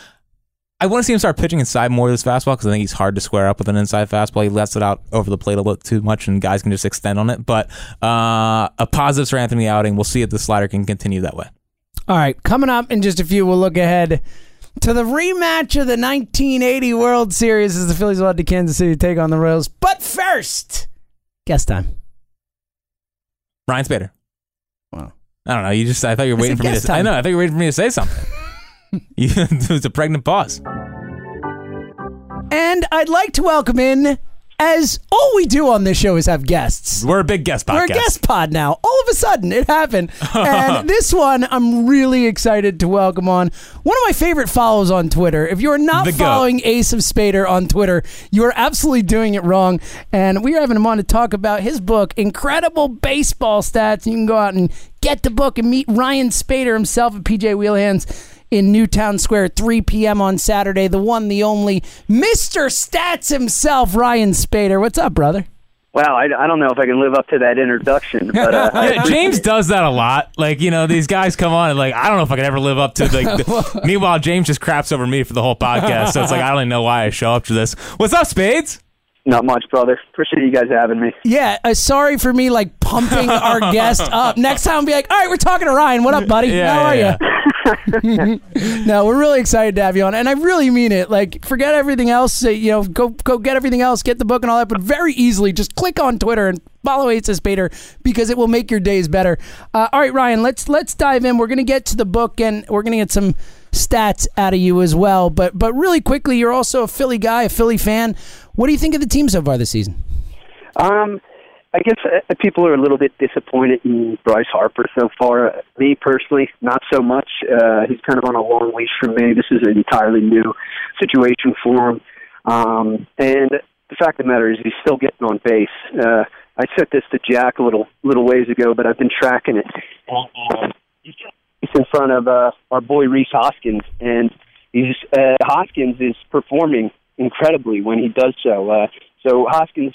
I want to see him start pitching inside more of this fastball because I think he's hard to square up with an inside fastball. He lets it out over the plate a little too much, and guys can just extend on it. But uh, a positives for Anthony outing. We'll see if the slider can continue that way. All right, coming up in just a few, we'll look ahead to the rematch of the 1980 World Series as the Phillies will head to Kansas City to take on the Royals. But first, guess time. Ryan Spader. Wow. I don't know. You just I thought you were I waiting said for me to guest I time. know, I thought you were waiting for me to say something. you, it was a pregnant pause. And I'd like to welcome in, as all we do on this show is have guests. We're a big guest podcast. We're a guest pod now. All of a sudden, it happened. and this one, I'm really excited to welcome on one of my favorite follows on Twitter. If you are not The goat. following Ace of Spader on Twitter, you are absolutely doing it wrong. And we are having him on to talk about his book, Incredible Baseball Stats. You can go out and get the book and meet Ryan Spader himself at PJ Wheelhands. In Newtown Square at 3 p.m. on Saturday, the one, the only, Mr. Stats himself, Ryan Spader. What's up, brother? Wow, I, I don't know if I can live up to that introduction, but uh, I Yeah, James does that a lot. Like, you know, these guys come on and like, I don't know if I could ever live up to like the, meanwhile James just craps over me for the whole podcast. So it's like I don't even know why I show up to this. What's up, Spades? Not much, brother. Appreciate you guys having me. Yeah, uh, sorry for me like pumping our guest up. Next time, I'll be like, all right, we're talking to Ryan. What up, buddy? How are yeah, you? No, we're really excited to have you on, and I really mean it. Like, forget everything else. say, You know, go go get everything else, get the book and all that. But very easily, just click on Twitter and follow Aces Bader because it will make your days better. Uh, all right, Ryan, let's let's dive in. We're gonna get to the book, and we're gonna get some stats out of you as well. But but really quickly, you're also a Philly guy, a Philly fan. What do you think of the team so far this season? Um, I guess uh, people are a little bit disappointed in Bryce Harper so far. Uh, Me personally, not so much. Uh, he's kind of on a long leash for me. This is an entirely new situation for him. Um, and the fact of the matter is, he's still getting on base. Uh, I sent this to Jack a little little ways ago, but I've been tracking it. Um, He's in front of uh, our boy Reese Hoskins, and he's uh, Hoskins is performing incredibly when he does so. Uh, so Hoskins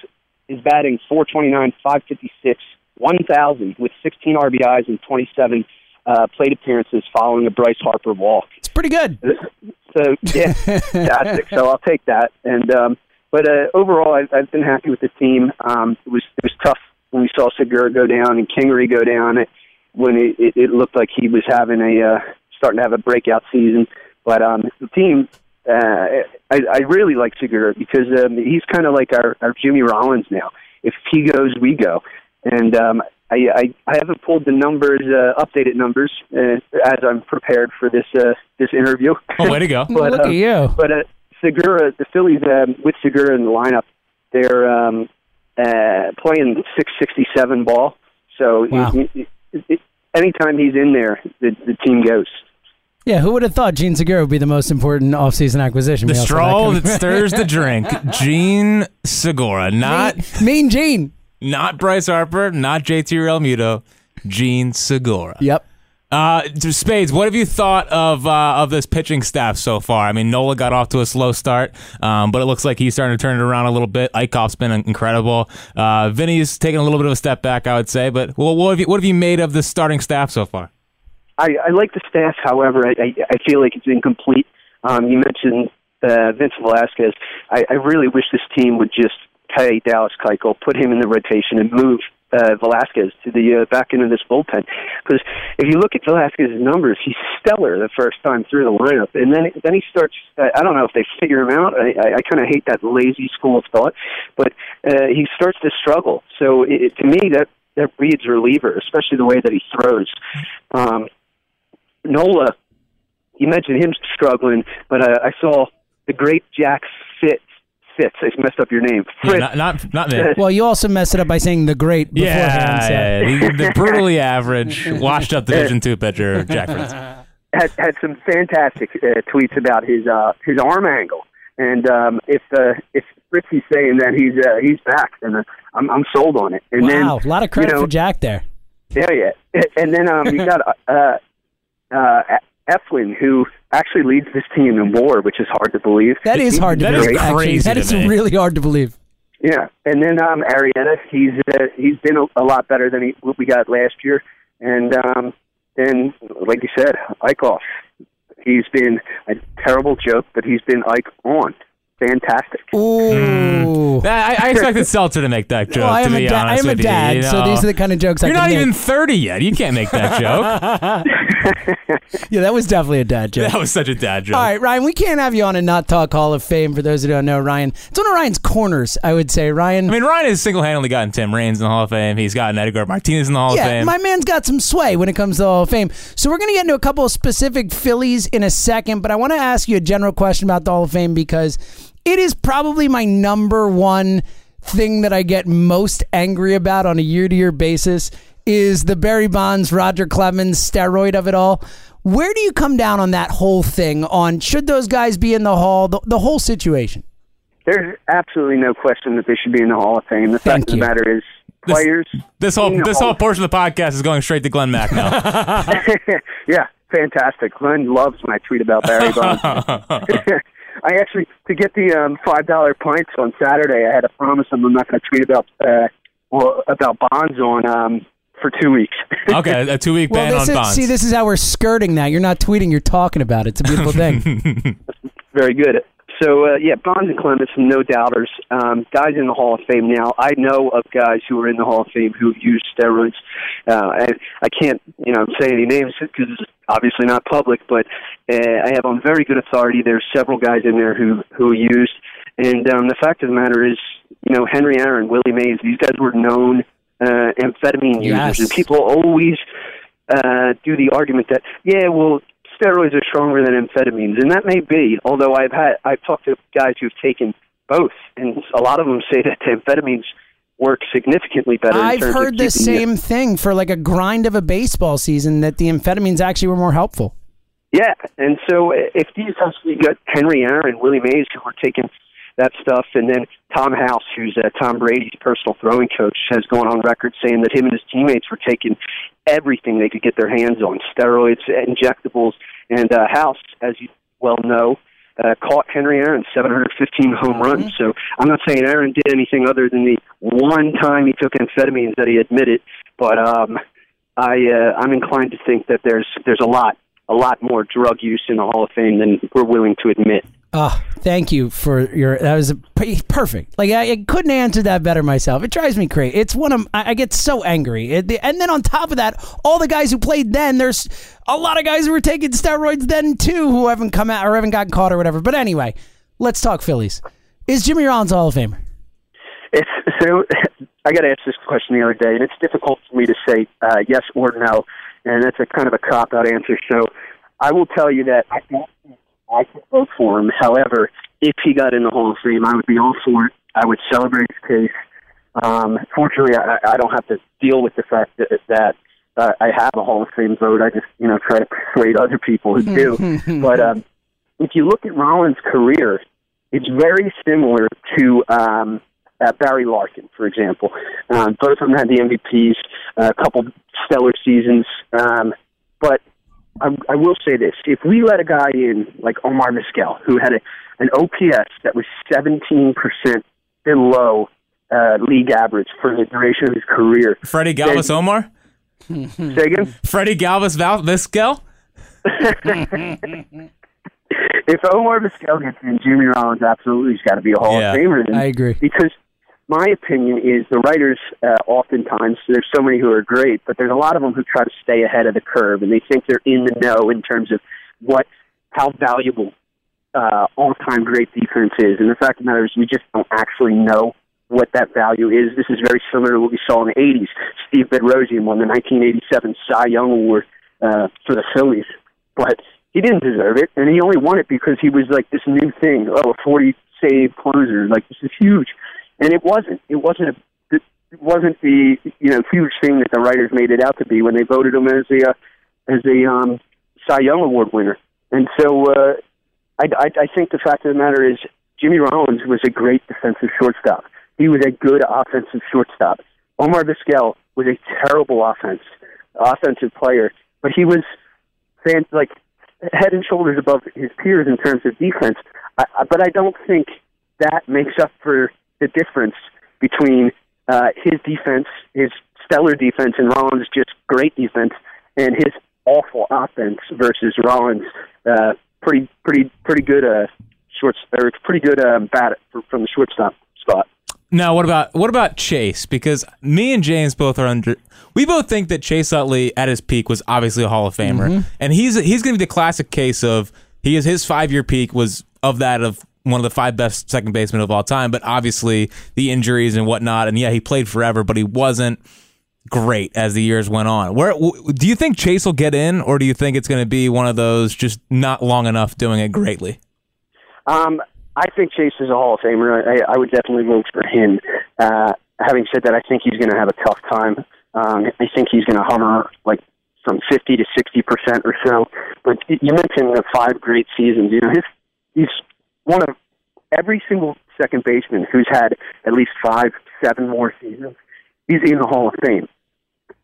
is batting 429, 556, 1,000 with 16 RBIs and 27 uh, plate appearances following a Bryce Harper walk. It's pretty good. So yeah, fantastic. So I'll take that. And um, but uh, overall, I've, I've been happy with the team. Um, it was it was tough when we saw Segura go down and Kingery go down. It, when it, it, it looked like he was having a uh, starting to have a breakout season, but um, the team. Uh, I, I really like Segura because um, he's kind of like our, our Jimmy Rollins now. If he goes, we go. And um, I, I, I haven't pulled the numbers, uh, updated numbers, uh, as I'm prepared for this uh, this interview. Oh, way to go. But, Look um, at you. But uh, Segura, the Phillies um, with Segura in the lineup, they're um, uh, playing 667 ball. So Wow. it- it- it- anytime he's in there, the, the team goes. Yeah, who would have thought Gene Segura would be the most important offseason acquisition? The We all saw straw that that stirs the drink. Gene Segura. Not coming. mean Gene. not Bryce Harper, not JT Realmuto, Gene Segura. Yep. Uh, to Spades, what have you thought of uh, of this pitching staff so far? I mean, Nola got off to a slow start, um, but it looks like he's starting to turn it around a little bit. Eichhoff's been incredible. Uh, Vinny's taken a little bit of a step back, I would say. But well, what have you what have you made of this starting staff so far? I, I like the staff. However, I, I, I feel like it's incomplete. Um, you mentioned uh, Vince Velasquez. I, I really wish this team would just pay Dallas Keuchel, put him in the rotation, and move uh, Velasquez to the uh, back end of this bullpen. Because if you look at Velasquez's numbers, he's stellar the first time through the lineup, and then then he starts. uh, I I don't know if they figure him out. I, I, I kind of hate that lazy school of thought, but uh, he starts to struggle. So it, it, to me, that that reads reliever, especially the way that he throws. Um, Nola, you mentioned him struggling, but uh, I saw the great Jack Fitz. Fitz, I messed up your name. Yeah, Fritz. not not not Vin. Well, you also messed it up by saying the great beforehand. Yeah, so- yeah, yeah. The, the brutally average, washed up Division two pitcher Jack Fritz. had had some fantastic uh, tweets about his uh, his arm angle. And um, if uh, if Fritzy's saying that he's uh, he's back, then I'm I'm sold on it. And then wow, a lot of credit you know, for Jack there. yeah, yeah. And then um, you got uh, uh, Eflin, who actually leads this team in WAR, which is hard to believe. That is hard to That is believe. actually. crazy That is to me. really hard to believe. Yeah, and then um, Arietta, he's uh, he's been a, a lot better than he, what we got last year, and um, then like you said, Eichhoff, he's been a terrible joke, but he's been Ike on, fantastic. Ooh. Mm. I, I expected Seltzer to make that joke. Well, I am to a be da- I honest am a with you, dad, you so know. these are the kind of jokes I You're can not even make. 30 yet. You can't make that joke. Yeah, that was definitely a dad joke. that was such a dad joke. All right, Ryan, we can't have you on and not talk Hall of Fame. For those who don't know, Ryan, it's one of Ryan's corners, I would say. Ryan, I mean, Ryan has single-handedly gotten Tim Raines in the Hall of Fame. He's gotten Edgar Martinez in the Hall yeah, of Fame. my man's got some sway when it comes to the Hall of Fame. So we're going to get into a couple of specific Phillies in a second, but I want to ask you a general question about the Hall of Fame because it is probably my number one thing that I get most angry about on a year-to-year basis is the Barry Bonds, Roger Clemens steroid of it all. Where do you come down on that whole thing? On should those guys be in the Hall? The, the whole situation. There's absolutely no question that they should be in the Hall of Fame. The Thank fact of you. the matter is, This- players. This whole being this Hall whole of portion of the podcast is going straight to Glenn Mack now. yeah, fantastic. Glenn loves when I tweet about Barry Bonds. I actually, to get the um, five dollar pints on Saturday, I had to promise him I'm not going to tweet about uh, well, about Bonds on um, for two weeks. okay, a two-week ban this on is, Bonds. see, this is how we're skirting that. You're not tweeting, you're talking about it. It's a beautiful thing. Very good. So uh, yeah, Bonds and Clemens, no doubters. Um, guys in the Hall of Fame now. I know of guys who are in the Hall of Fame who have used steroids, uh, and I can't you know say any names because it's obviously not public. But uh, I have on very good authority there's several guys in there who who used. And um, the fact of the matter is, you know, Henry Aaron, Willie Mays, these guys were known uh, amphetamine users, Yes. and people always uh, do the argument that yeah, well, steroids are stronger than amphetamines, and that may be. Although I've had I've talked to guys who've taken both, and a lot of them say that the amphetamines work significantly better. in I've terms of heard the keeping you- same thing for like a grind of a baseball season that the amphetamines actually were more helpful. Yeah, and so uh, if these guys, you got Henry Aaron, Willie Mays, who were taking that stuff, and then Tom House, who's uh, Tom Brady's personal throwing coach, has gone on record saying that him and his teammates were taking everything they could get their hands on steroids, injectables, and uh, House, as you well know. Uh, caught Henry Aaron 715 home runs. So I'm not saying Aaron did anything other than the one time he took amphetamines that he admitted, but um, I uh, I'm inclined to think that there's there's a lot a lot more drug use in the Hall of Fame than we're willing to admit. Ah, thank you for your. That was p- perfect. Like I, I couldn't answer that better myself. It drives me crazy. It's one of I, I get so angry. It, the, and then on top of that, all the guys who played then, there's a lot of guys who were taking steroids then too, who haven't come out or haven't gotten caught or whatever. But anyway, let's talk Phillies. Is Jimmy Rollins a Hall of Famer? It's, so I got asked this question the other day, and it's difficult for me to say uh, yes or no, and that's a kind of a cop out answer. So I will tell you that I think I could vote for him. However, if he got in the Hall of Fame, I would be all for it. I would celebrate his case. Um, fortunately, I, I don't have to deal with the fact that, that uh, I have a Hall of Fame vote. I just, you know, try to persuade other people who do. but um, if you look at Rollins' career, it's very similar to um, uh, Barry Larkin, for example. Um, both of them had the MVPs, uh, a couple stellar seasons. Um, but I, I will say this: if we let a guy in like Omar Vizquel, who had a, an OPS that was 17 percent below uh, league average for the duration of his career, Freddie Galvis Omar? say again, Freddie Galvis Val Vizquel? if Omar Vizquel gets in, Jimmy Rollins absolutely has got to be a Hall Yeah, of Famer. then. I agree. Because my opinion is the writers uh, oftentimes, there's so many who are great, but there's a lot of them who try to stay ahead of the curve and they think they're in the know in terms of what, how valuable uh, all-time great defense is. And the fact of the matter is we just don't actually know what that value is. This is very similar to what we saw in the 80s. Steve Bedrosian won the 1987 Cy Young Award uh, for the Phillies, but he didn't deserve it, and he only won it because he was like this new thing. Oh, a 40 save closer, like this is huge, and it wasn't. It wasn't a. It wasn't the you know huge thing that the writers made it out to be when they voted him as the uh, as the um, Cy Young Award winner. And so uh, I, I, I think the fact of the matter is Jimmy Rollins was a great defensive shortstop. He was a good offensive shortstop. Omar Vizquel was a terrible offense offensive player, but he was fan, like head and shoulders above his peers in terms of defense. I, I- but I don't think that makes up for the difference between uh, his defense, his stellar defense, and Rollins' just great defense, and his awful offense versus Rollins' uh, pretty pretty pretty good uh, short or pretty good um, bat from the shortstop spot. Now, what about what about Chase? Because me and James both are under. We both think that Chase Utley at his peak was obviously a Hall of Famer, and he's he's going to be the classic case of he is his five year peak was of that of one of the five best second basemen of all time. But obviously the injuries and whatnot, and yeah, he played forever, but he wasn't great as the years went on. Where w- do you think Chase will get in, or do you think it's going to be one of those just not long enough doing it greatly? Um, I think Chase is a Hall of Famer. I, I would definitely vote for him. Uh, having said that, I think he's going to have a tough time. Um, I think he's going to hover like from 50 to 60 percent or so. But y- you mentioned the five great seasons. You know, his, he's one of every single second baseman who's had at least five, seven more seasons. He's in the Hall of Fame.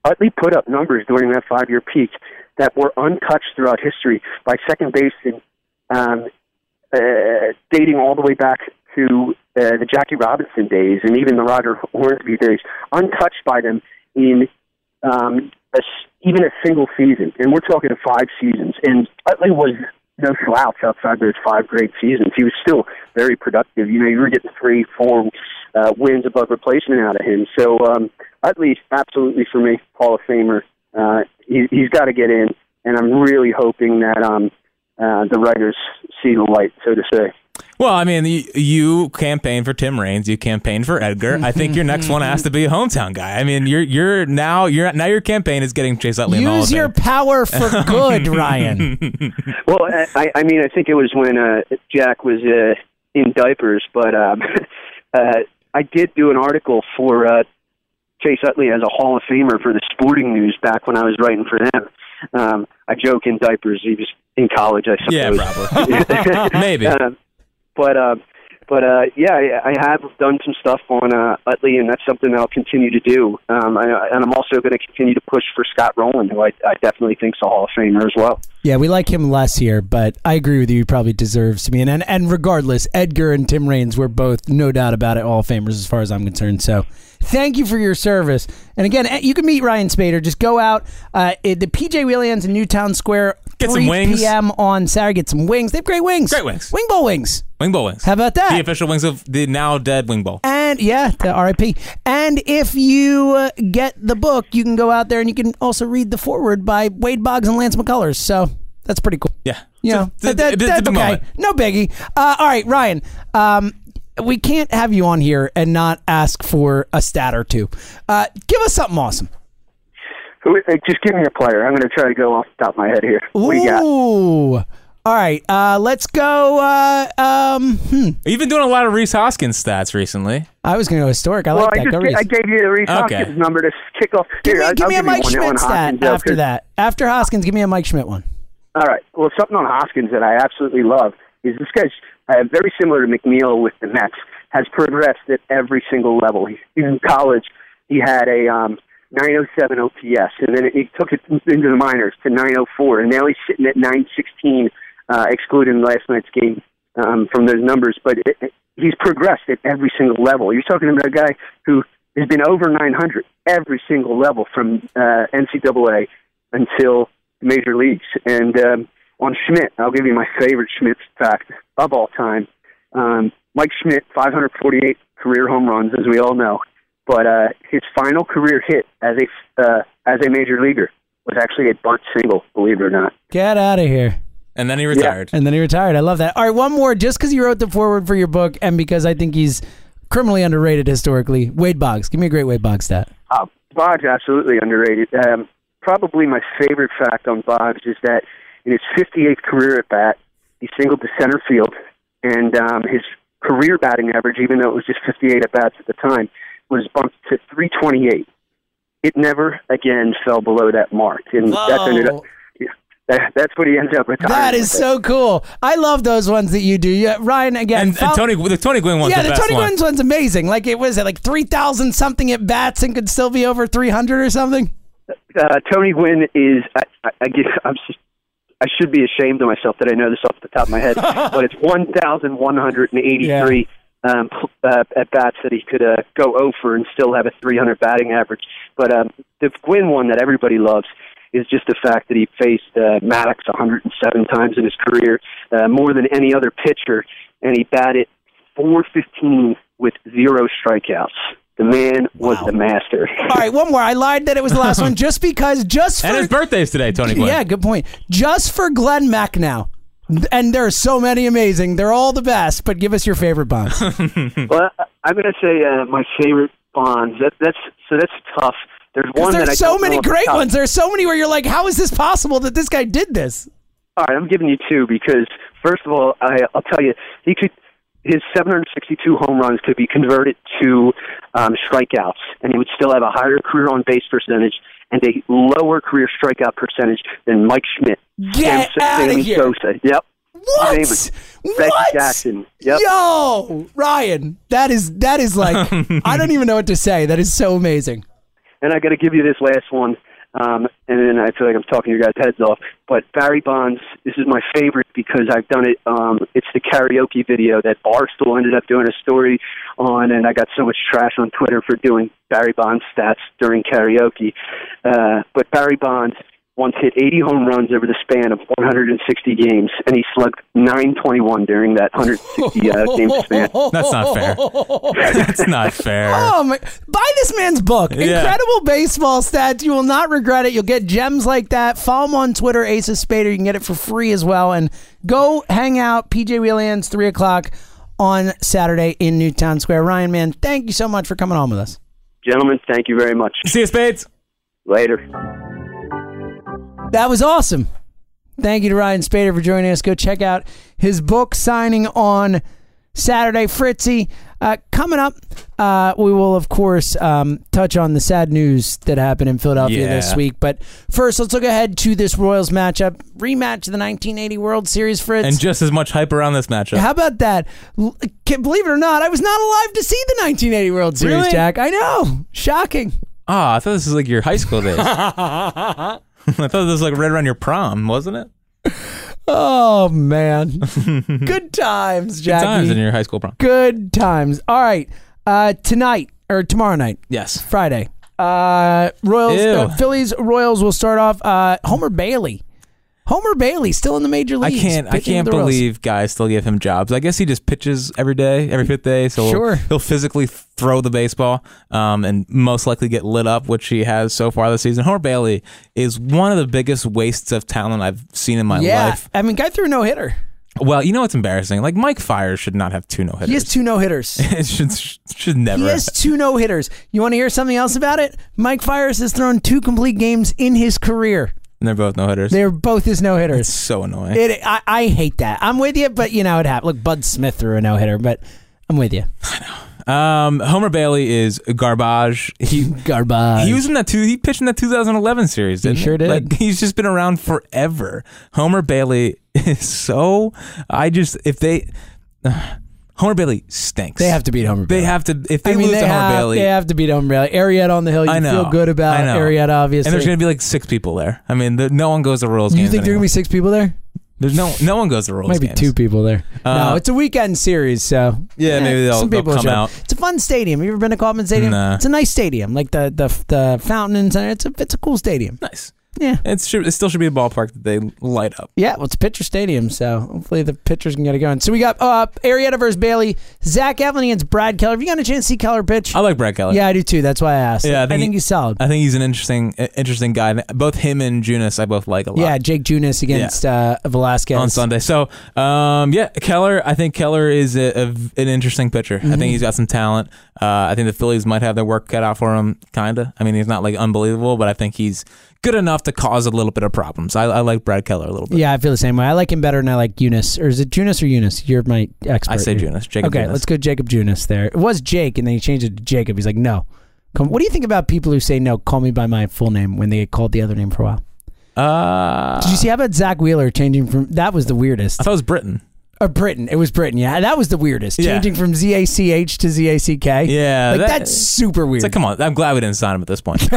Utley put up numbers during that five-year peak that were untouched throughout history by second baseman um, uh, dating all the way back to uh, the Jackie Robinson days and even the Roger Hornsby days, untouched by them in um, a s even a single season. And we're talking five seasons. And Utley was no slouch outside those five great seasons. He was still very productive. You know, you were getting three, four uh, wins above replacement out of him. So um, Utley, absolutely for me, Hall of Famer. Uh, he, he's got to get in. And I'm really hoping that um, uh, the writers see the light, so to say. Well, I mean, you, you campaigned for Tim Raines, you campaigned for Edgar. I think your next one has to be a hometown guy. I mean, you're you're now you're now your campaign is getting Chase Utley. in the Hall Use of your Fame. power for good, Ryan. Well, I- I, I mean, I think it was when uh, Jack was uh, in diapers, but um, uh, I did do an article for uh, Chase Utley as a Hall of Famer for the Sporting News back when I was writing for them. Um, I joke in diapers. He was in college, I suppose. yeah, probably maybe. Um, but um, but uh, yeah, I, I have done some stuff on uh, Utley, and that's something I'll continue to do. Um, I, and I'm also going to continue to push for Scott Rowland, who I, I definitely think's a Hall of Famer as well. Yeah, we like him less here, but I agree with you. He probably deserves to be. And, and, and regardless, Edgar and Tim Raines were both, no doubt about it, all famers as far as I'm concerned. So thank you for your service. And again, eh, you can meet Ryan Spader. Just go out. Uh, eh, the PJ Williams in Newtown Square, Get some 3 wings. p.m. on Saturday. Get some wings. They have great wings. Great wings. Wing bowl wings. Wing Bowl wings. How about that? The official wings of the now dead Wing Bowl. And yeah, the RIP. And if you uh, get the book, you can go out there and you can also read the foreword by Wade Boggs and Lance McCullers. So that's pretty cool. Yeah, You know, It's a- that- that- it's a- it's a that's big okay. moment. No biggie. Uh, all right, Ryan. Um, we can't have you on here and not ask for a stat or two. Uh, give us something awesome. Who, uh, just give me a player. I'm going to try to go off the top of my head here. What do you got? Ooh. All right. Uh, let's go. Uh, um, hmm. You've been doing a lot of Reese Hoskins stats recently. I was going to go historic. I Well, like that. I just go ga- Reese. I gave you the Reese Okay. Hoskins number to kick off. give me, Here, I'll- give me I'll a Mike you Schmidt one on Hoskins, stat though, after 'cause- that. After Hoskins, give me a Mike Schmidt one. All right. Well, something on Hoskins that I absolutely love is this guy's uh, very similar to McNeil with the Mets. Has progressed at every single level. He, in college, he had a um, 907 OPS, and then he took it into the minors to 904, and now he's sitting at 916, uh, excluding last night's game um, from those numbers. But it, it, he's progressed at every single level. You're talking about a guy who has been over 900 every single level from uh, NCAA until major leagues. And um, on Schmidt, I'll give you my favorite Schmidt fact of all time. Um, Mike Schmidt, 548 career home runs, as we all know, but uh, his final career hit as a uh, as a major leaguer was actually a bunt single. Believe it or not. Get out of here. And then he retired. And then he retired. I love that. All right, one more. Just because he wrote the foreword for your book and because I think he's criminally underrated historically, Wade Boggs. Give me a great Wade Boggs stat. Uh, Bodge absolutely underrated. Um, probably my favorite fact on Bodge is that in his 58th career at bat, he singled to center field, and um, his career batting average, even though it was just 58 at bats at the time, was bumped to 328. It never again fell below that mark, and that's ended up. that, that's what he ends up retiring. That is with. so cool. I love those ones that you do. Yeah, Ryan again. And, and follow- Tony, the Tony Gwynn one's yeah, the, the best Tony one. Gwynn's one's amazing. Like it was at like three thousand something at bats and could still be over three hundred or something. uh, Tony Gwynn is. I, I, I guess I'm just. I should be ashamed of myself that I know this off the top of my head, but it's 1,183 um, pl- uh, at bats that he could uh, go over and still have a 300 batting average. But um, the Gwynn one that everybody loves is just the fact that he faced uh, Maddox 107 times in his career, uh, more than any other pitcher, and he batted 415 with zero strikeouts. The man was the master. All right, one more. I lied that it was the last one just because just for And his birthday's today, Tony Gwynn. yeah, good point. Just for Glenn Mack now. And there are so many amazing. They're all the best, but give us your favorite bonds. Well, I'm going to say uh, my favorite Bonds. That, that's so that's tough. There's one that I There's so don't know many off the great top. ones. There's so many where you're like, how is this possible that this guy did this? All right, I'm giving you two because first of all, I, I'll tell you, he could his 762 home runs could be converted to um, strikeouts, and he would still have a higher career on base percentage and a lower career strikeout percentage than Mike Schmidt, Get Sam- outta Sammy here. Sosa. Yep. What? Davis. Reggie What? Jackson. Yep. Yo, Ryan, that is that is like I don't even know what to say. That is so amazing. And I got to give you this last one, um, and then I feel like I'm talking your guys' heads off. But Barry Bonds, this is my favorite because I've done it. Um, it's the karaoke video that Barstool ended up doing a story on, and I got so much trash on Twitter for doing Barry Bonds stats during karaoke. Uh, but Barry Bonds once hit 80 home runs over the span of 160 games, and he slugged 921 during that 160 uh, game span. That's not fair. That's not fair. Oh my! Buy this man's book, Yeah. Incredible Baseball Stats. You will not regret it. You'll get gems like that. Follow him on Twitter, Ace of Spader. You can get it for free as well. And go hang out, PJ Wheelands, three o'clock on Saturday in Newtown Square. Ryan, man, thank you so much for coming on with us. Gentlemen, thank you very much. See you, Spades. Later. That was awesome. Thank you to Ryan Spader for joining us. Go check out his book signing on Saturday. Fritzy, uh, coming up, uh, we will, of course, um, touch on the sad news that happened in Philadelphia Yeah. this week. But first, let's look ahead to this Royals matchup, rematch of the 1980 World Series, Fritz. And just as much hype around this matchup. How about that? L- Can, believe it or not, I was not alive to see the 1980 World Series, Really? Jack. I know. Shocking. Ah, I thought this was like your high school days. I thought this was like right around your prom, wasn't it? Oh, man. Good times, Jackie. Times in your high school prom. good times. All right, uh, tonight or tomorrow night, Yes. Friday. Uh, Royals, Ew. uh, Phillies, Royals will start off. Uh, Homer Bailey, Homer Bailey, still in the major I leagues. can't. I pitching can't the Royals. believe guys still give him jobs. I guess he just pitches every day, every fifth day. So he'll- Sure. he'll, physically throw the baseball, um, and most likely get lit up, which he has so far this season. Homer Bailey is one of the biggest wastes of talent I've seen in my Yeah, life. I mean, guy threw a no hitter. Well, you know it's embarrassing. Like Mike Fires should not have two no hitters. He has two no hitters. it should should never. He has two no hitters. You want to hear something else about it? Mike Fires has thrown two complete games in his career. and they're both no hitters. They're both his no hitters. so annoying. It, I, I hate that. I'm with you, but you know it happened. Look, Bud Smith threw a no hitter, but I'm with you. Um, Homer Bailey is garbage. He Garbage. he was in that two. He pitched in that 2011 series. Didn't sure did. Like he's just been around forever. Homer Bailey is so. I just if they. Homer Bailey stinks. They have to beat Homer They Bailey. have to if they I mean, lose they to Homer have, Bailey. They have to beat Homer Bailey. Arietta on the hill. You I know. feel good about I know. Arietta, obviously. And there's gonna be like six people there. I mean, there, no one goes to Royals you games. think there are gonna anymore. be six people there? There's no no one goes to Royals Might be games. two people there. Uh, no, it's a weekend series, so Yeah, maybe they'll- some they'll people come show up. out. It's a fun stadium. You ever been to Kauffman Stadium? Nah. It's a nice stadium, like the the the fountain and center. It's a it's a cool stadium. Nice. Yeah, It should it still should be a ballpark that they light up. yeah. Well, it's a pitcher stadium, so hopefully the pitchers can get it going. So we got uh, Arietta versus Bailey, Zach Eflin against Brad Keller. Have you gotten a chance to see Keller pitch? I like Brad Keller. yeah, I do too. That's why I asked. Yeah, I I think, think he- he's solid. I think he's an interesting, uh, interesting guy. And Both him and Junis, I both like a lot. yeah, Jake Junis against uh, Velasquez on Sunday. So, um, yeah, Keller. I think Keller is a, a- an interesting pitcher. I Mm-hmm. think he's got some talent. Uh, I think the Phillies might have their work cut out for him. Kinda. I mean, he's not like unbelievable, but I think he's good enough to cause a little bit of problems. I, I like Brad Keller a little bit. Yeah, I feel the same way. I like him better than I like Eunice. Or is it Junis or Eunice? You're my expert. I say here. Junis. Jacob okay, Junis. let's go Jacob Junis there. It was Jake, and then he changed it to Jacob. He's like, no. Come, what do you think about people who say no, call me by my full name when they get called the other name for a while? Uh, Did you see how about Zach Wheeler changing from that was the weirdest. I thought it was Britain. Or Britain. It was Britain, yeah. That was the weirdest. Yeah. Changing from Z A C H to Z A C K. Yeah, Like that- that's super weird. It's like, come on! I'm glad we didn't sign him at this point.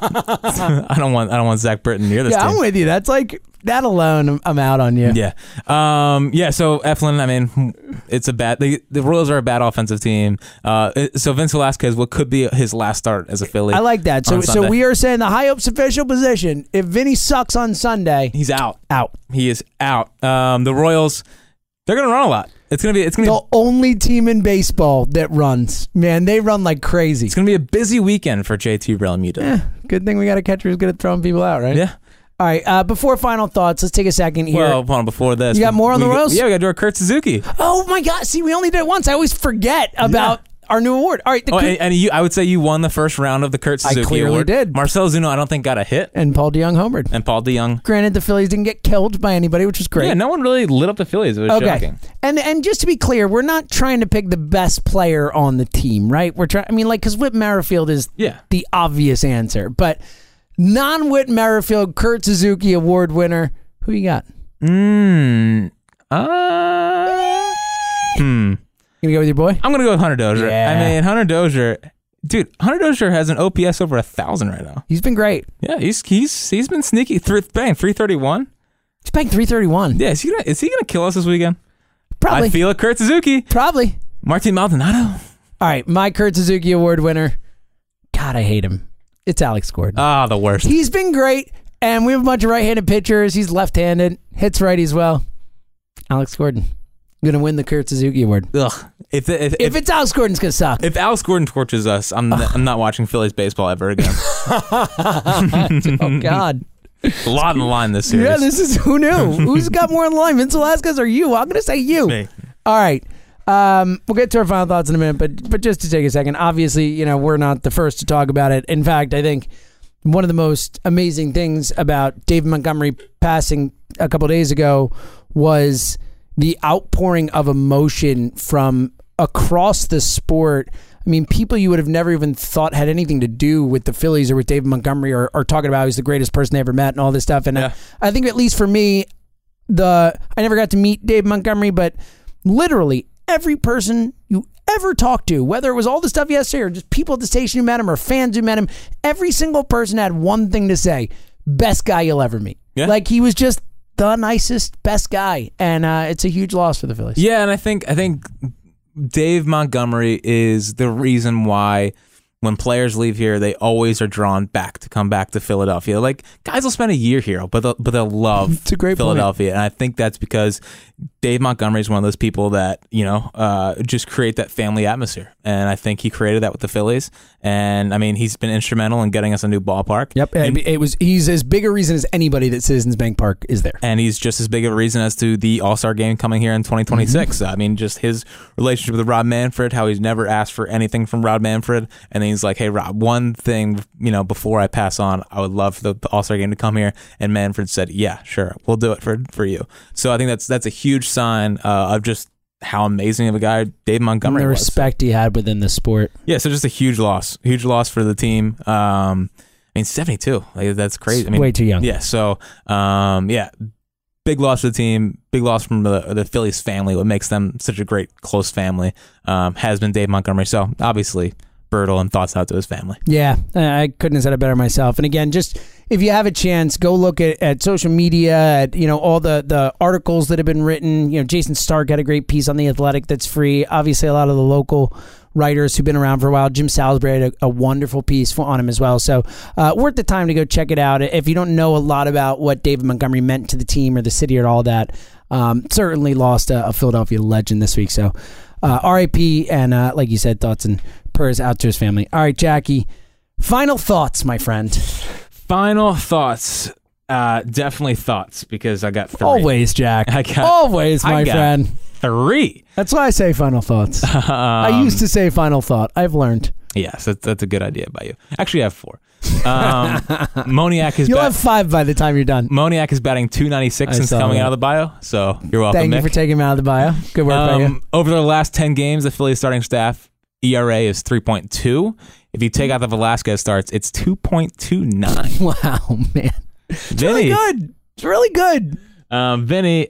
I don't want I don't want Zach Britton near this yeah, team. I'm with you. That's like that alone I'm, I'm out on you. Yeah. Um, yeah. So Eflin, I mean, it's a bad. The, the Royals are a bad offensive team. Uh, it- so Vince Velasquez, what could be his last start as a Philly? I like that. So on so Sunday. we are saying the high ups official position. If Vinny sucks on Sunday, He's out. out. He is out. Um, the Royals, they're gonna run a lot. It's gonna be. It's gonna. The Be, only team in baseball that runs. Man, they run like crazy. it's gonna be a busy weekend for JT Realmuto. Eh. Yeah. Good thing we got a catcher who's good at throwing people out, right? Yeah. All right. Uh, before final thoughts, let's take a second here. Well, hold on, before this, You got more on we- the we- Royals? Yeah, we got to do our Kurt Suzuki. oh my God! See, we only did it once. I always forget about our new award. All right. The Oh, Kurt- and, and you, I would say you won the first round of the Kurt I Suzuki clearly Award. did. Marcel Zuno, I don't think got a hit, and Paul DeYoung homered. and Paul DeYoung. Granted, the Phillies didn't get killed by anybody, which was great. Yeah, no one really lit up the Phillies. It was Okay. shocking. And and just to be clear, we're not trying to pick the best player on the team, right? We're trying. I mean, like, because Whit Merrifield is Yeah. the obvious answer, but non Whit Merrifield, Kurt Suzuki Award winner. Who you got? Mm. Uh, hmm. You gonna go with your boy? I'm gonna go with Hunter Dozier. Yeah. I mean, Hunter Dozier, dude. Hunter Dozier has an OPS over a thousand right now. He's been great. Yeah, he's he's he's been sneaky. Thr bang, three thirty one. He's back three thirty one. Yeah, is he gonna is he gonna kill us this weekend? Probably. I feel it. Kurt Suzuki, Probably. Martin Maldonado. All right, my Kurt Suzuki Award winner. God, I hate him. It's Alex Gordon. Ah, the worst. He's been great, and we have a bunch of right-handed pitchers. He's left-handed, hits righties well. Alex Gordon gonna win the Kurt Suzuki Award. Ugh. If the- if If if, if, it's Alex Gordon, it's gonna suck. Alex Gordon torches us, I'm I'm not watching Phillies baseball ever again. oh God. a lot in the line this series. Yeah, this is who knew. Who's got more in line, Vince Velasquez or you? I'm gonna say you. Me. All right. Um, we'll get to our final thoughts in a minute, but but just to take a second, obviously, you know, we're not the first to talk about it. In fact, I think one of the most amazing things about David Montgomery passing a couple days ago was the outpouring of emotion from across the sport. I mean, people you would have never even thought had anything to do with the Phillies or with David Montgomery are, are talking about how he's the greatest person they ever met and all this stuff. And Yeah. I, I think, at least for me, the I never got to meet Dave Montgomery, but literally every person you ever talked to, whether it was all the stuff yesterday or just people at the station who met him or fans who met him, every single person had one thing to say: best guy you'll ever meet. Yeah. Like he was just the nicest, best guy, and uh, it's a huge loss for the Phillies. Yeah, and I think I think Dave Montgomery is the reason why when players leave here, they always are drawn back to come back to Philadelphia. Like guys will spend a year here, but they'll, but they'll love It's a great point. Philadelphia, and I think that's because Dave Montgomery is one of those people that you know uh, just create that family atmosphere, and I think he created that with the Phillies. And I mean, he's been instrumental in getting us a new ballpark. Yep, and, and it was he's as big a reason as anybody that Citizens Bank Park is there. and he's just as big of a reason as to the All Star game coming here in 2026. I mean, just his relationship with Rob Manfred, how he's never asked for anything from Rob Manfred, and then he's like, "Hey, Rob, one thing, you know, before I pass on, I would love for the, the All Star game to come here." And Manfred said, "Yeah, sure, we'll do it for for you." So I think that's that's a huge sign uh, of just how amazing of a guy Dave And Montgomery the was. respect he had within the sport. Yeah, so just a huge loss, huge loss for the team. Um, I mean, seventy-two, like, that's crazy. I mean, Way too young. Yeah, so um, yeah, big loss for the team, big loss from the, the Phillies family. What makes them such a great close family um, has been Dave Montgomery. So obviously, Bertle and thoughts out to his family. Yeah, I I couldn't have said it better myself. And again, just if you have a chance, go look at, at social media, at you know all the the articles that have been written. You know, Jason Stark had a great piece on the Athletic that's free. Obviously, a lot of the local writers who've been around for a while. Jim Salisbury had a, a wonderful piece for, on him as well. So uh, worth the time to go check it out if you don't know a lot about what David Montgomery meant to the team or the city or all that. Um, certainly lost a, a Philadelphia legend this week. So. Uh, R.I.P. and uh, like you said, thoughts and prayers out to his family. All right, Jackie. Final thoughts, my friend. Final thoughts, uh, definitely thoughts because I got three. Always, Jack. I got- Always, I my got friend. three. That's why I say final thoughts. I Um, used to say final thought. I've learned. Yes, that's, that's a good idea by you. Actually, I have four. Um, Moniac is You'll back. have five by the time you're done. Moniac is batting 296 I since saw coming that. out of the bio, so you're welcome. Thank you Mick. for taking him out of the bio. Good work, by you. Um, over the last 10 games, the Phillies starting staff ERA is 3.2. If you take out the Velasquez starts, it's 2.29. Wow, man. It's really Vinny. good. It's really good. Um, Vinny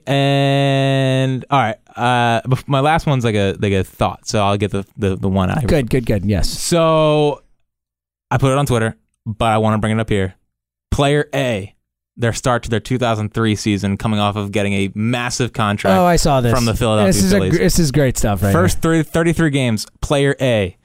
and all right. Uh, bef- my last one's like a like a thought, so I'll get the the, the one I Good, good, good. Yes. So I put it on Twitter, but I want to bring it up here. Player A, their start to their 2003 season, coming off of getting a massive contract. Oh, I saw this from the Philadelphia This is a Phillies. gr- this is great stuff, right? First three, 33 games, player A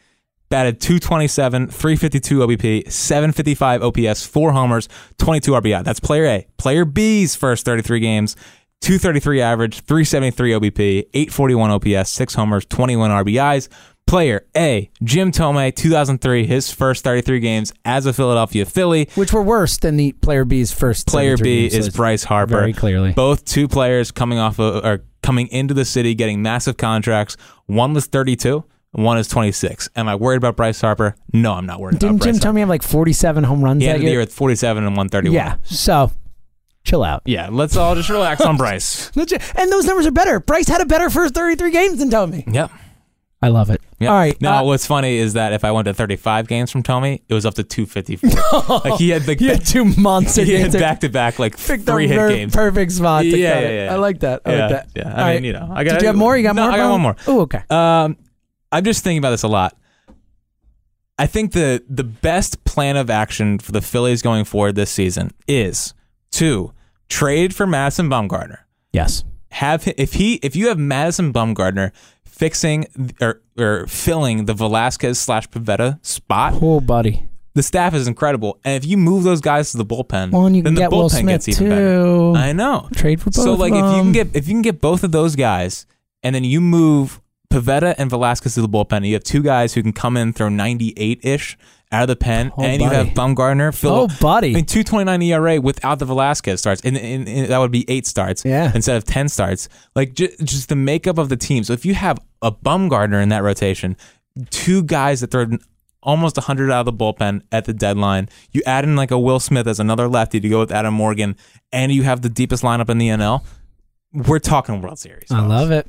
batted 227, 352 OBP, 755 OPS, four homers, 22 RBI. That's player A. Player B's first 33 games, 233 average, 373 OBP, 841 OPS, six homers, 21 RBIs. Player A, Jim Tomei, 2003, his first 33 games as a Philadelphia Philly. here, which were worse than the player B's first. Player 33 B games, so is it's Bryce Harper. Very clearly. Both two players coming off of or coming into the city getting massive contracts. One was 32, one is 26. Am I worried about Bryce Harper? No, I'm not worried Didn't about Bryce Jim Harper. Tomey have like 47 home runs He that ended the year year? at 47 and 131. Yeah. So, chill out. Yeah, let's all just relax on Bryce. Legit- And those numbers are better. Bryce had a better first 33 games than Tomey. Yep. I love it. yep. All right. Now, uh, what's funny is that if I went to 35 games from Tommy, it was up to 254. like he had the you oh, had two monster he had games. back to back like Picked the three hit ver- games. Perfect spot. to Yeah, cut yeah, it. yeah. I like that. I yeah, like that. yeah. I All mean, right. you know, I got. Did you have more? You got no, more? I got Bob? one more. Oh, okay. Um, I'm just thinking about this a lot. I think the the best plan of action for the Phillies going forward this season is to trade for Madison Bumgarner. Yes. Have hi- if he if you have Madison Bumgarner fixing or or filling the Velasquez slash Pavetta spot, Cool, buddy. the staff is incredible. And if you move those guys to the bullpen, Well, and you can then the get bullpen Will Smith gets even too. better. I know. Trade for both. So like of if you them. can get if you can get both of those guys and then you move Pavetta and Velasquez to the bullpen, you have two guys who can come in throw 98 ish out of the pen, Oh, and you buddy. have Bumgarner, Phil, Oh, buddy. I mean 229 ERA E without the Velasquez starts, and, and, and that would be eight starts Yeah. instead of 10 starts. Like ju- just the makeup of the team. So if you have a Bumgarner in that rotation, two guys that throw almost 100 out of the bullpen at the deadline, you add in like a Will Smith as another lefty to go with Adam Morgan, and you have the deepest lineup in the NL. We're talking World Series. I love it.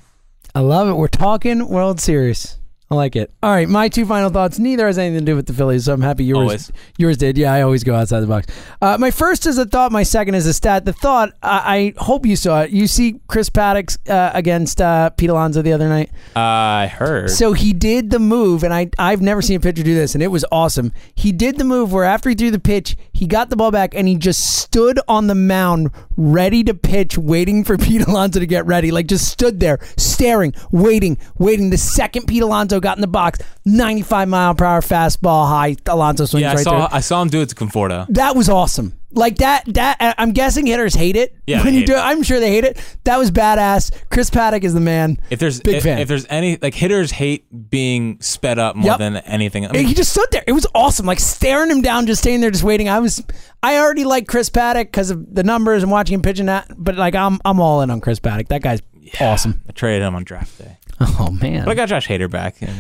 I love it. We're talking World Series. I like it. All right, my two final thoughts. Neither has anything to do with the Phillies, so I'm happy yours Always. yours did. Yeah, I always go outside the box. Uh, my first is a thought. My second is a stat. The thought. I, I hope you saw it. You see Chris Paddock uh, against uh, Pete Alonso the other night. I heard. So he did the move, and I I've never seen a pitcher do this, and it was awesome. He did the move where after he threw the pitch, he got the ball back, and he just stood on the mound, ready to pitch, waiting for Pete Alonso to get ready. Like just stood there, staring, waiting, waiting. The second Pete Alonso got in the box, 95 mile per hour fastball high. Alonso swings yeah, I right saw through. I saw him do it to Conforto. That was awesome. Like that. That I- I'm guessing hitters hate it Yeah, when they you do. hate It. I'm sure they hate it. That was badass. Chris Paddock is the man. If there's Big if, fan. if there's any like hitters hate being sped up more Yep. than anything. I And mean, he just stood there. It was awesome. Like staring him down, just staying there, just waiting. I was, I already like Chris Paddock because of the numbers and watching him pitching that. But like, I'm, I'm all in on Chris Paddock. That guy's awesome. I traded him on draft day. Oh man. But I got Josh Hader back, and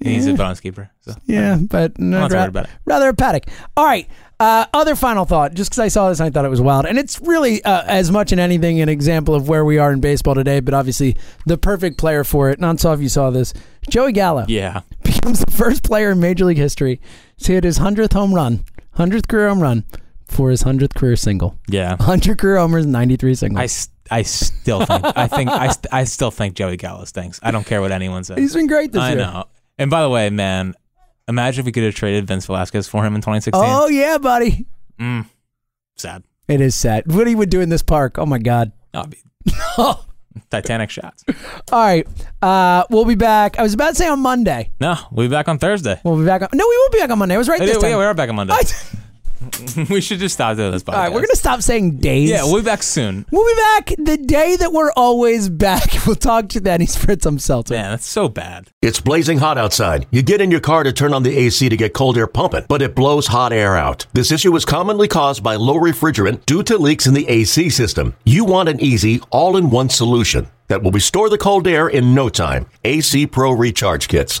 he's a bonus keeper. So yeah, but no, not too ra- worried about it. rather a Paddock. All right. Uh, other final thought, just because I saw this and I thought it was wild, and it's really uh, as much in anything an example of where we are in baseball today. But obviously, the perfect player for it. Not so if you saw this, Joey Gallo. yeah, becomes the first player in Major League history to hit his 100th home run, 100th career home run for his 100th career single. yeah. 100 career homers, 93 singles. I, s- I still think I think I, st- I still think Joey Gallo stinks. I don't care what anyone says. He's been great this I year. know. And by the way, man, imagine if we could have traded Vince Velasquez for him in 2016. Oh, yeah, buddy. Sad. It is sad. What he would do in this park. Oh, my God. No, it'd be Titanic shots. All right. Uh, we'll be back. I was about to say on Monday. No, we'll be back on Thursday. We'll be back on. No, we will be back on Monday. I was right Hey, this yeah, we time. are back on Monday. I- we should just stop doing this podcast. All right. We're going to stop saying days. Yeah, we'll be back soon. We'll be back the day that we're always back. We'll talk to Danny's Fritz. I'm Seltzer. Man, that's so bad. It's blazing hot outside. You get in your car to turn on the AC to get cold air pumping, but it blows hot air out. This issue is commonly caused by low refrigerant due to leaks in the AC system. You want an easy, all in one solution that will restore the cold air in no time. AC Pro Recharge Kits.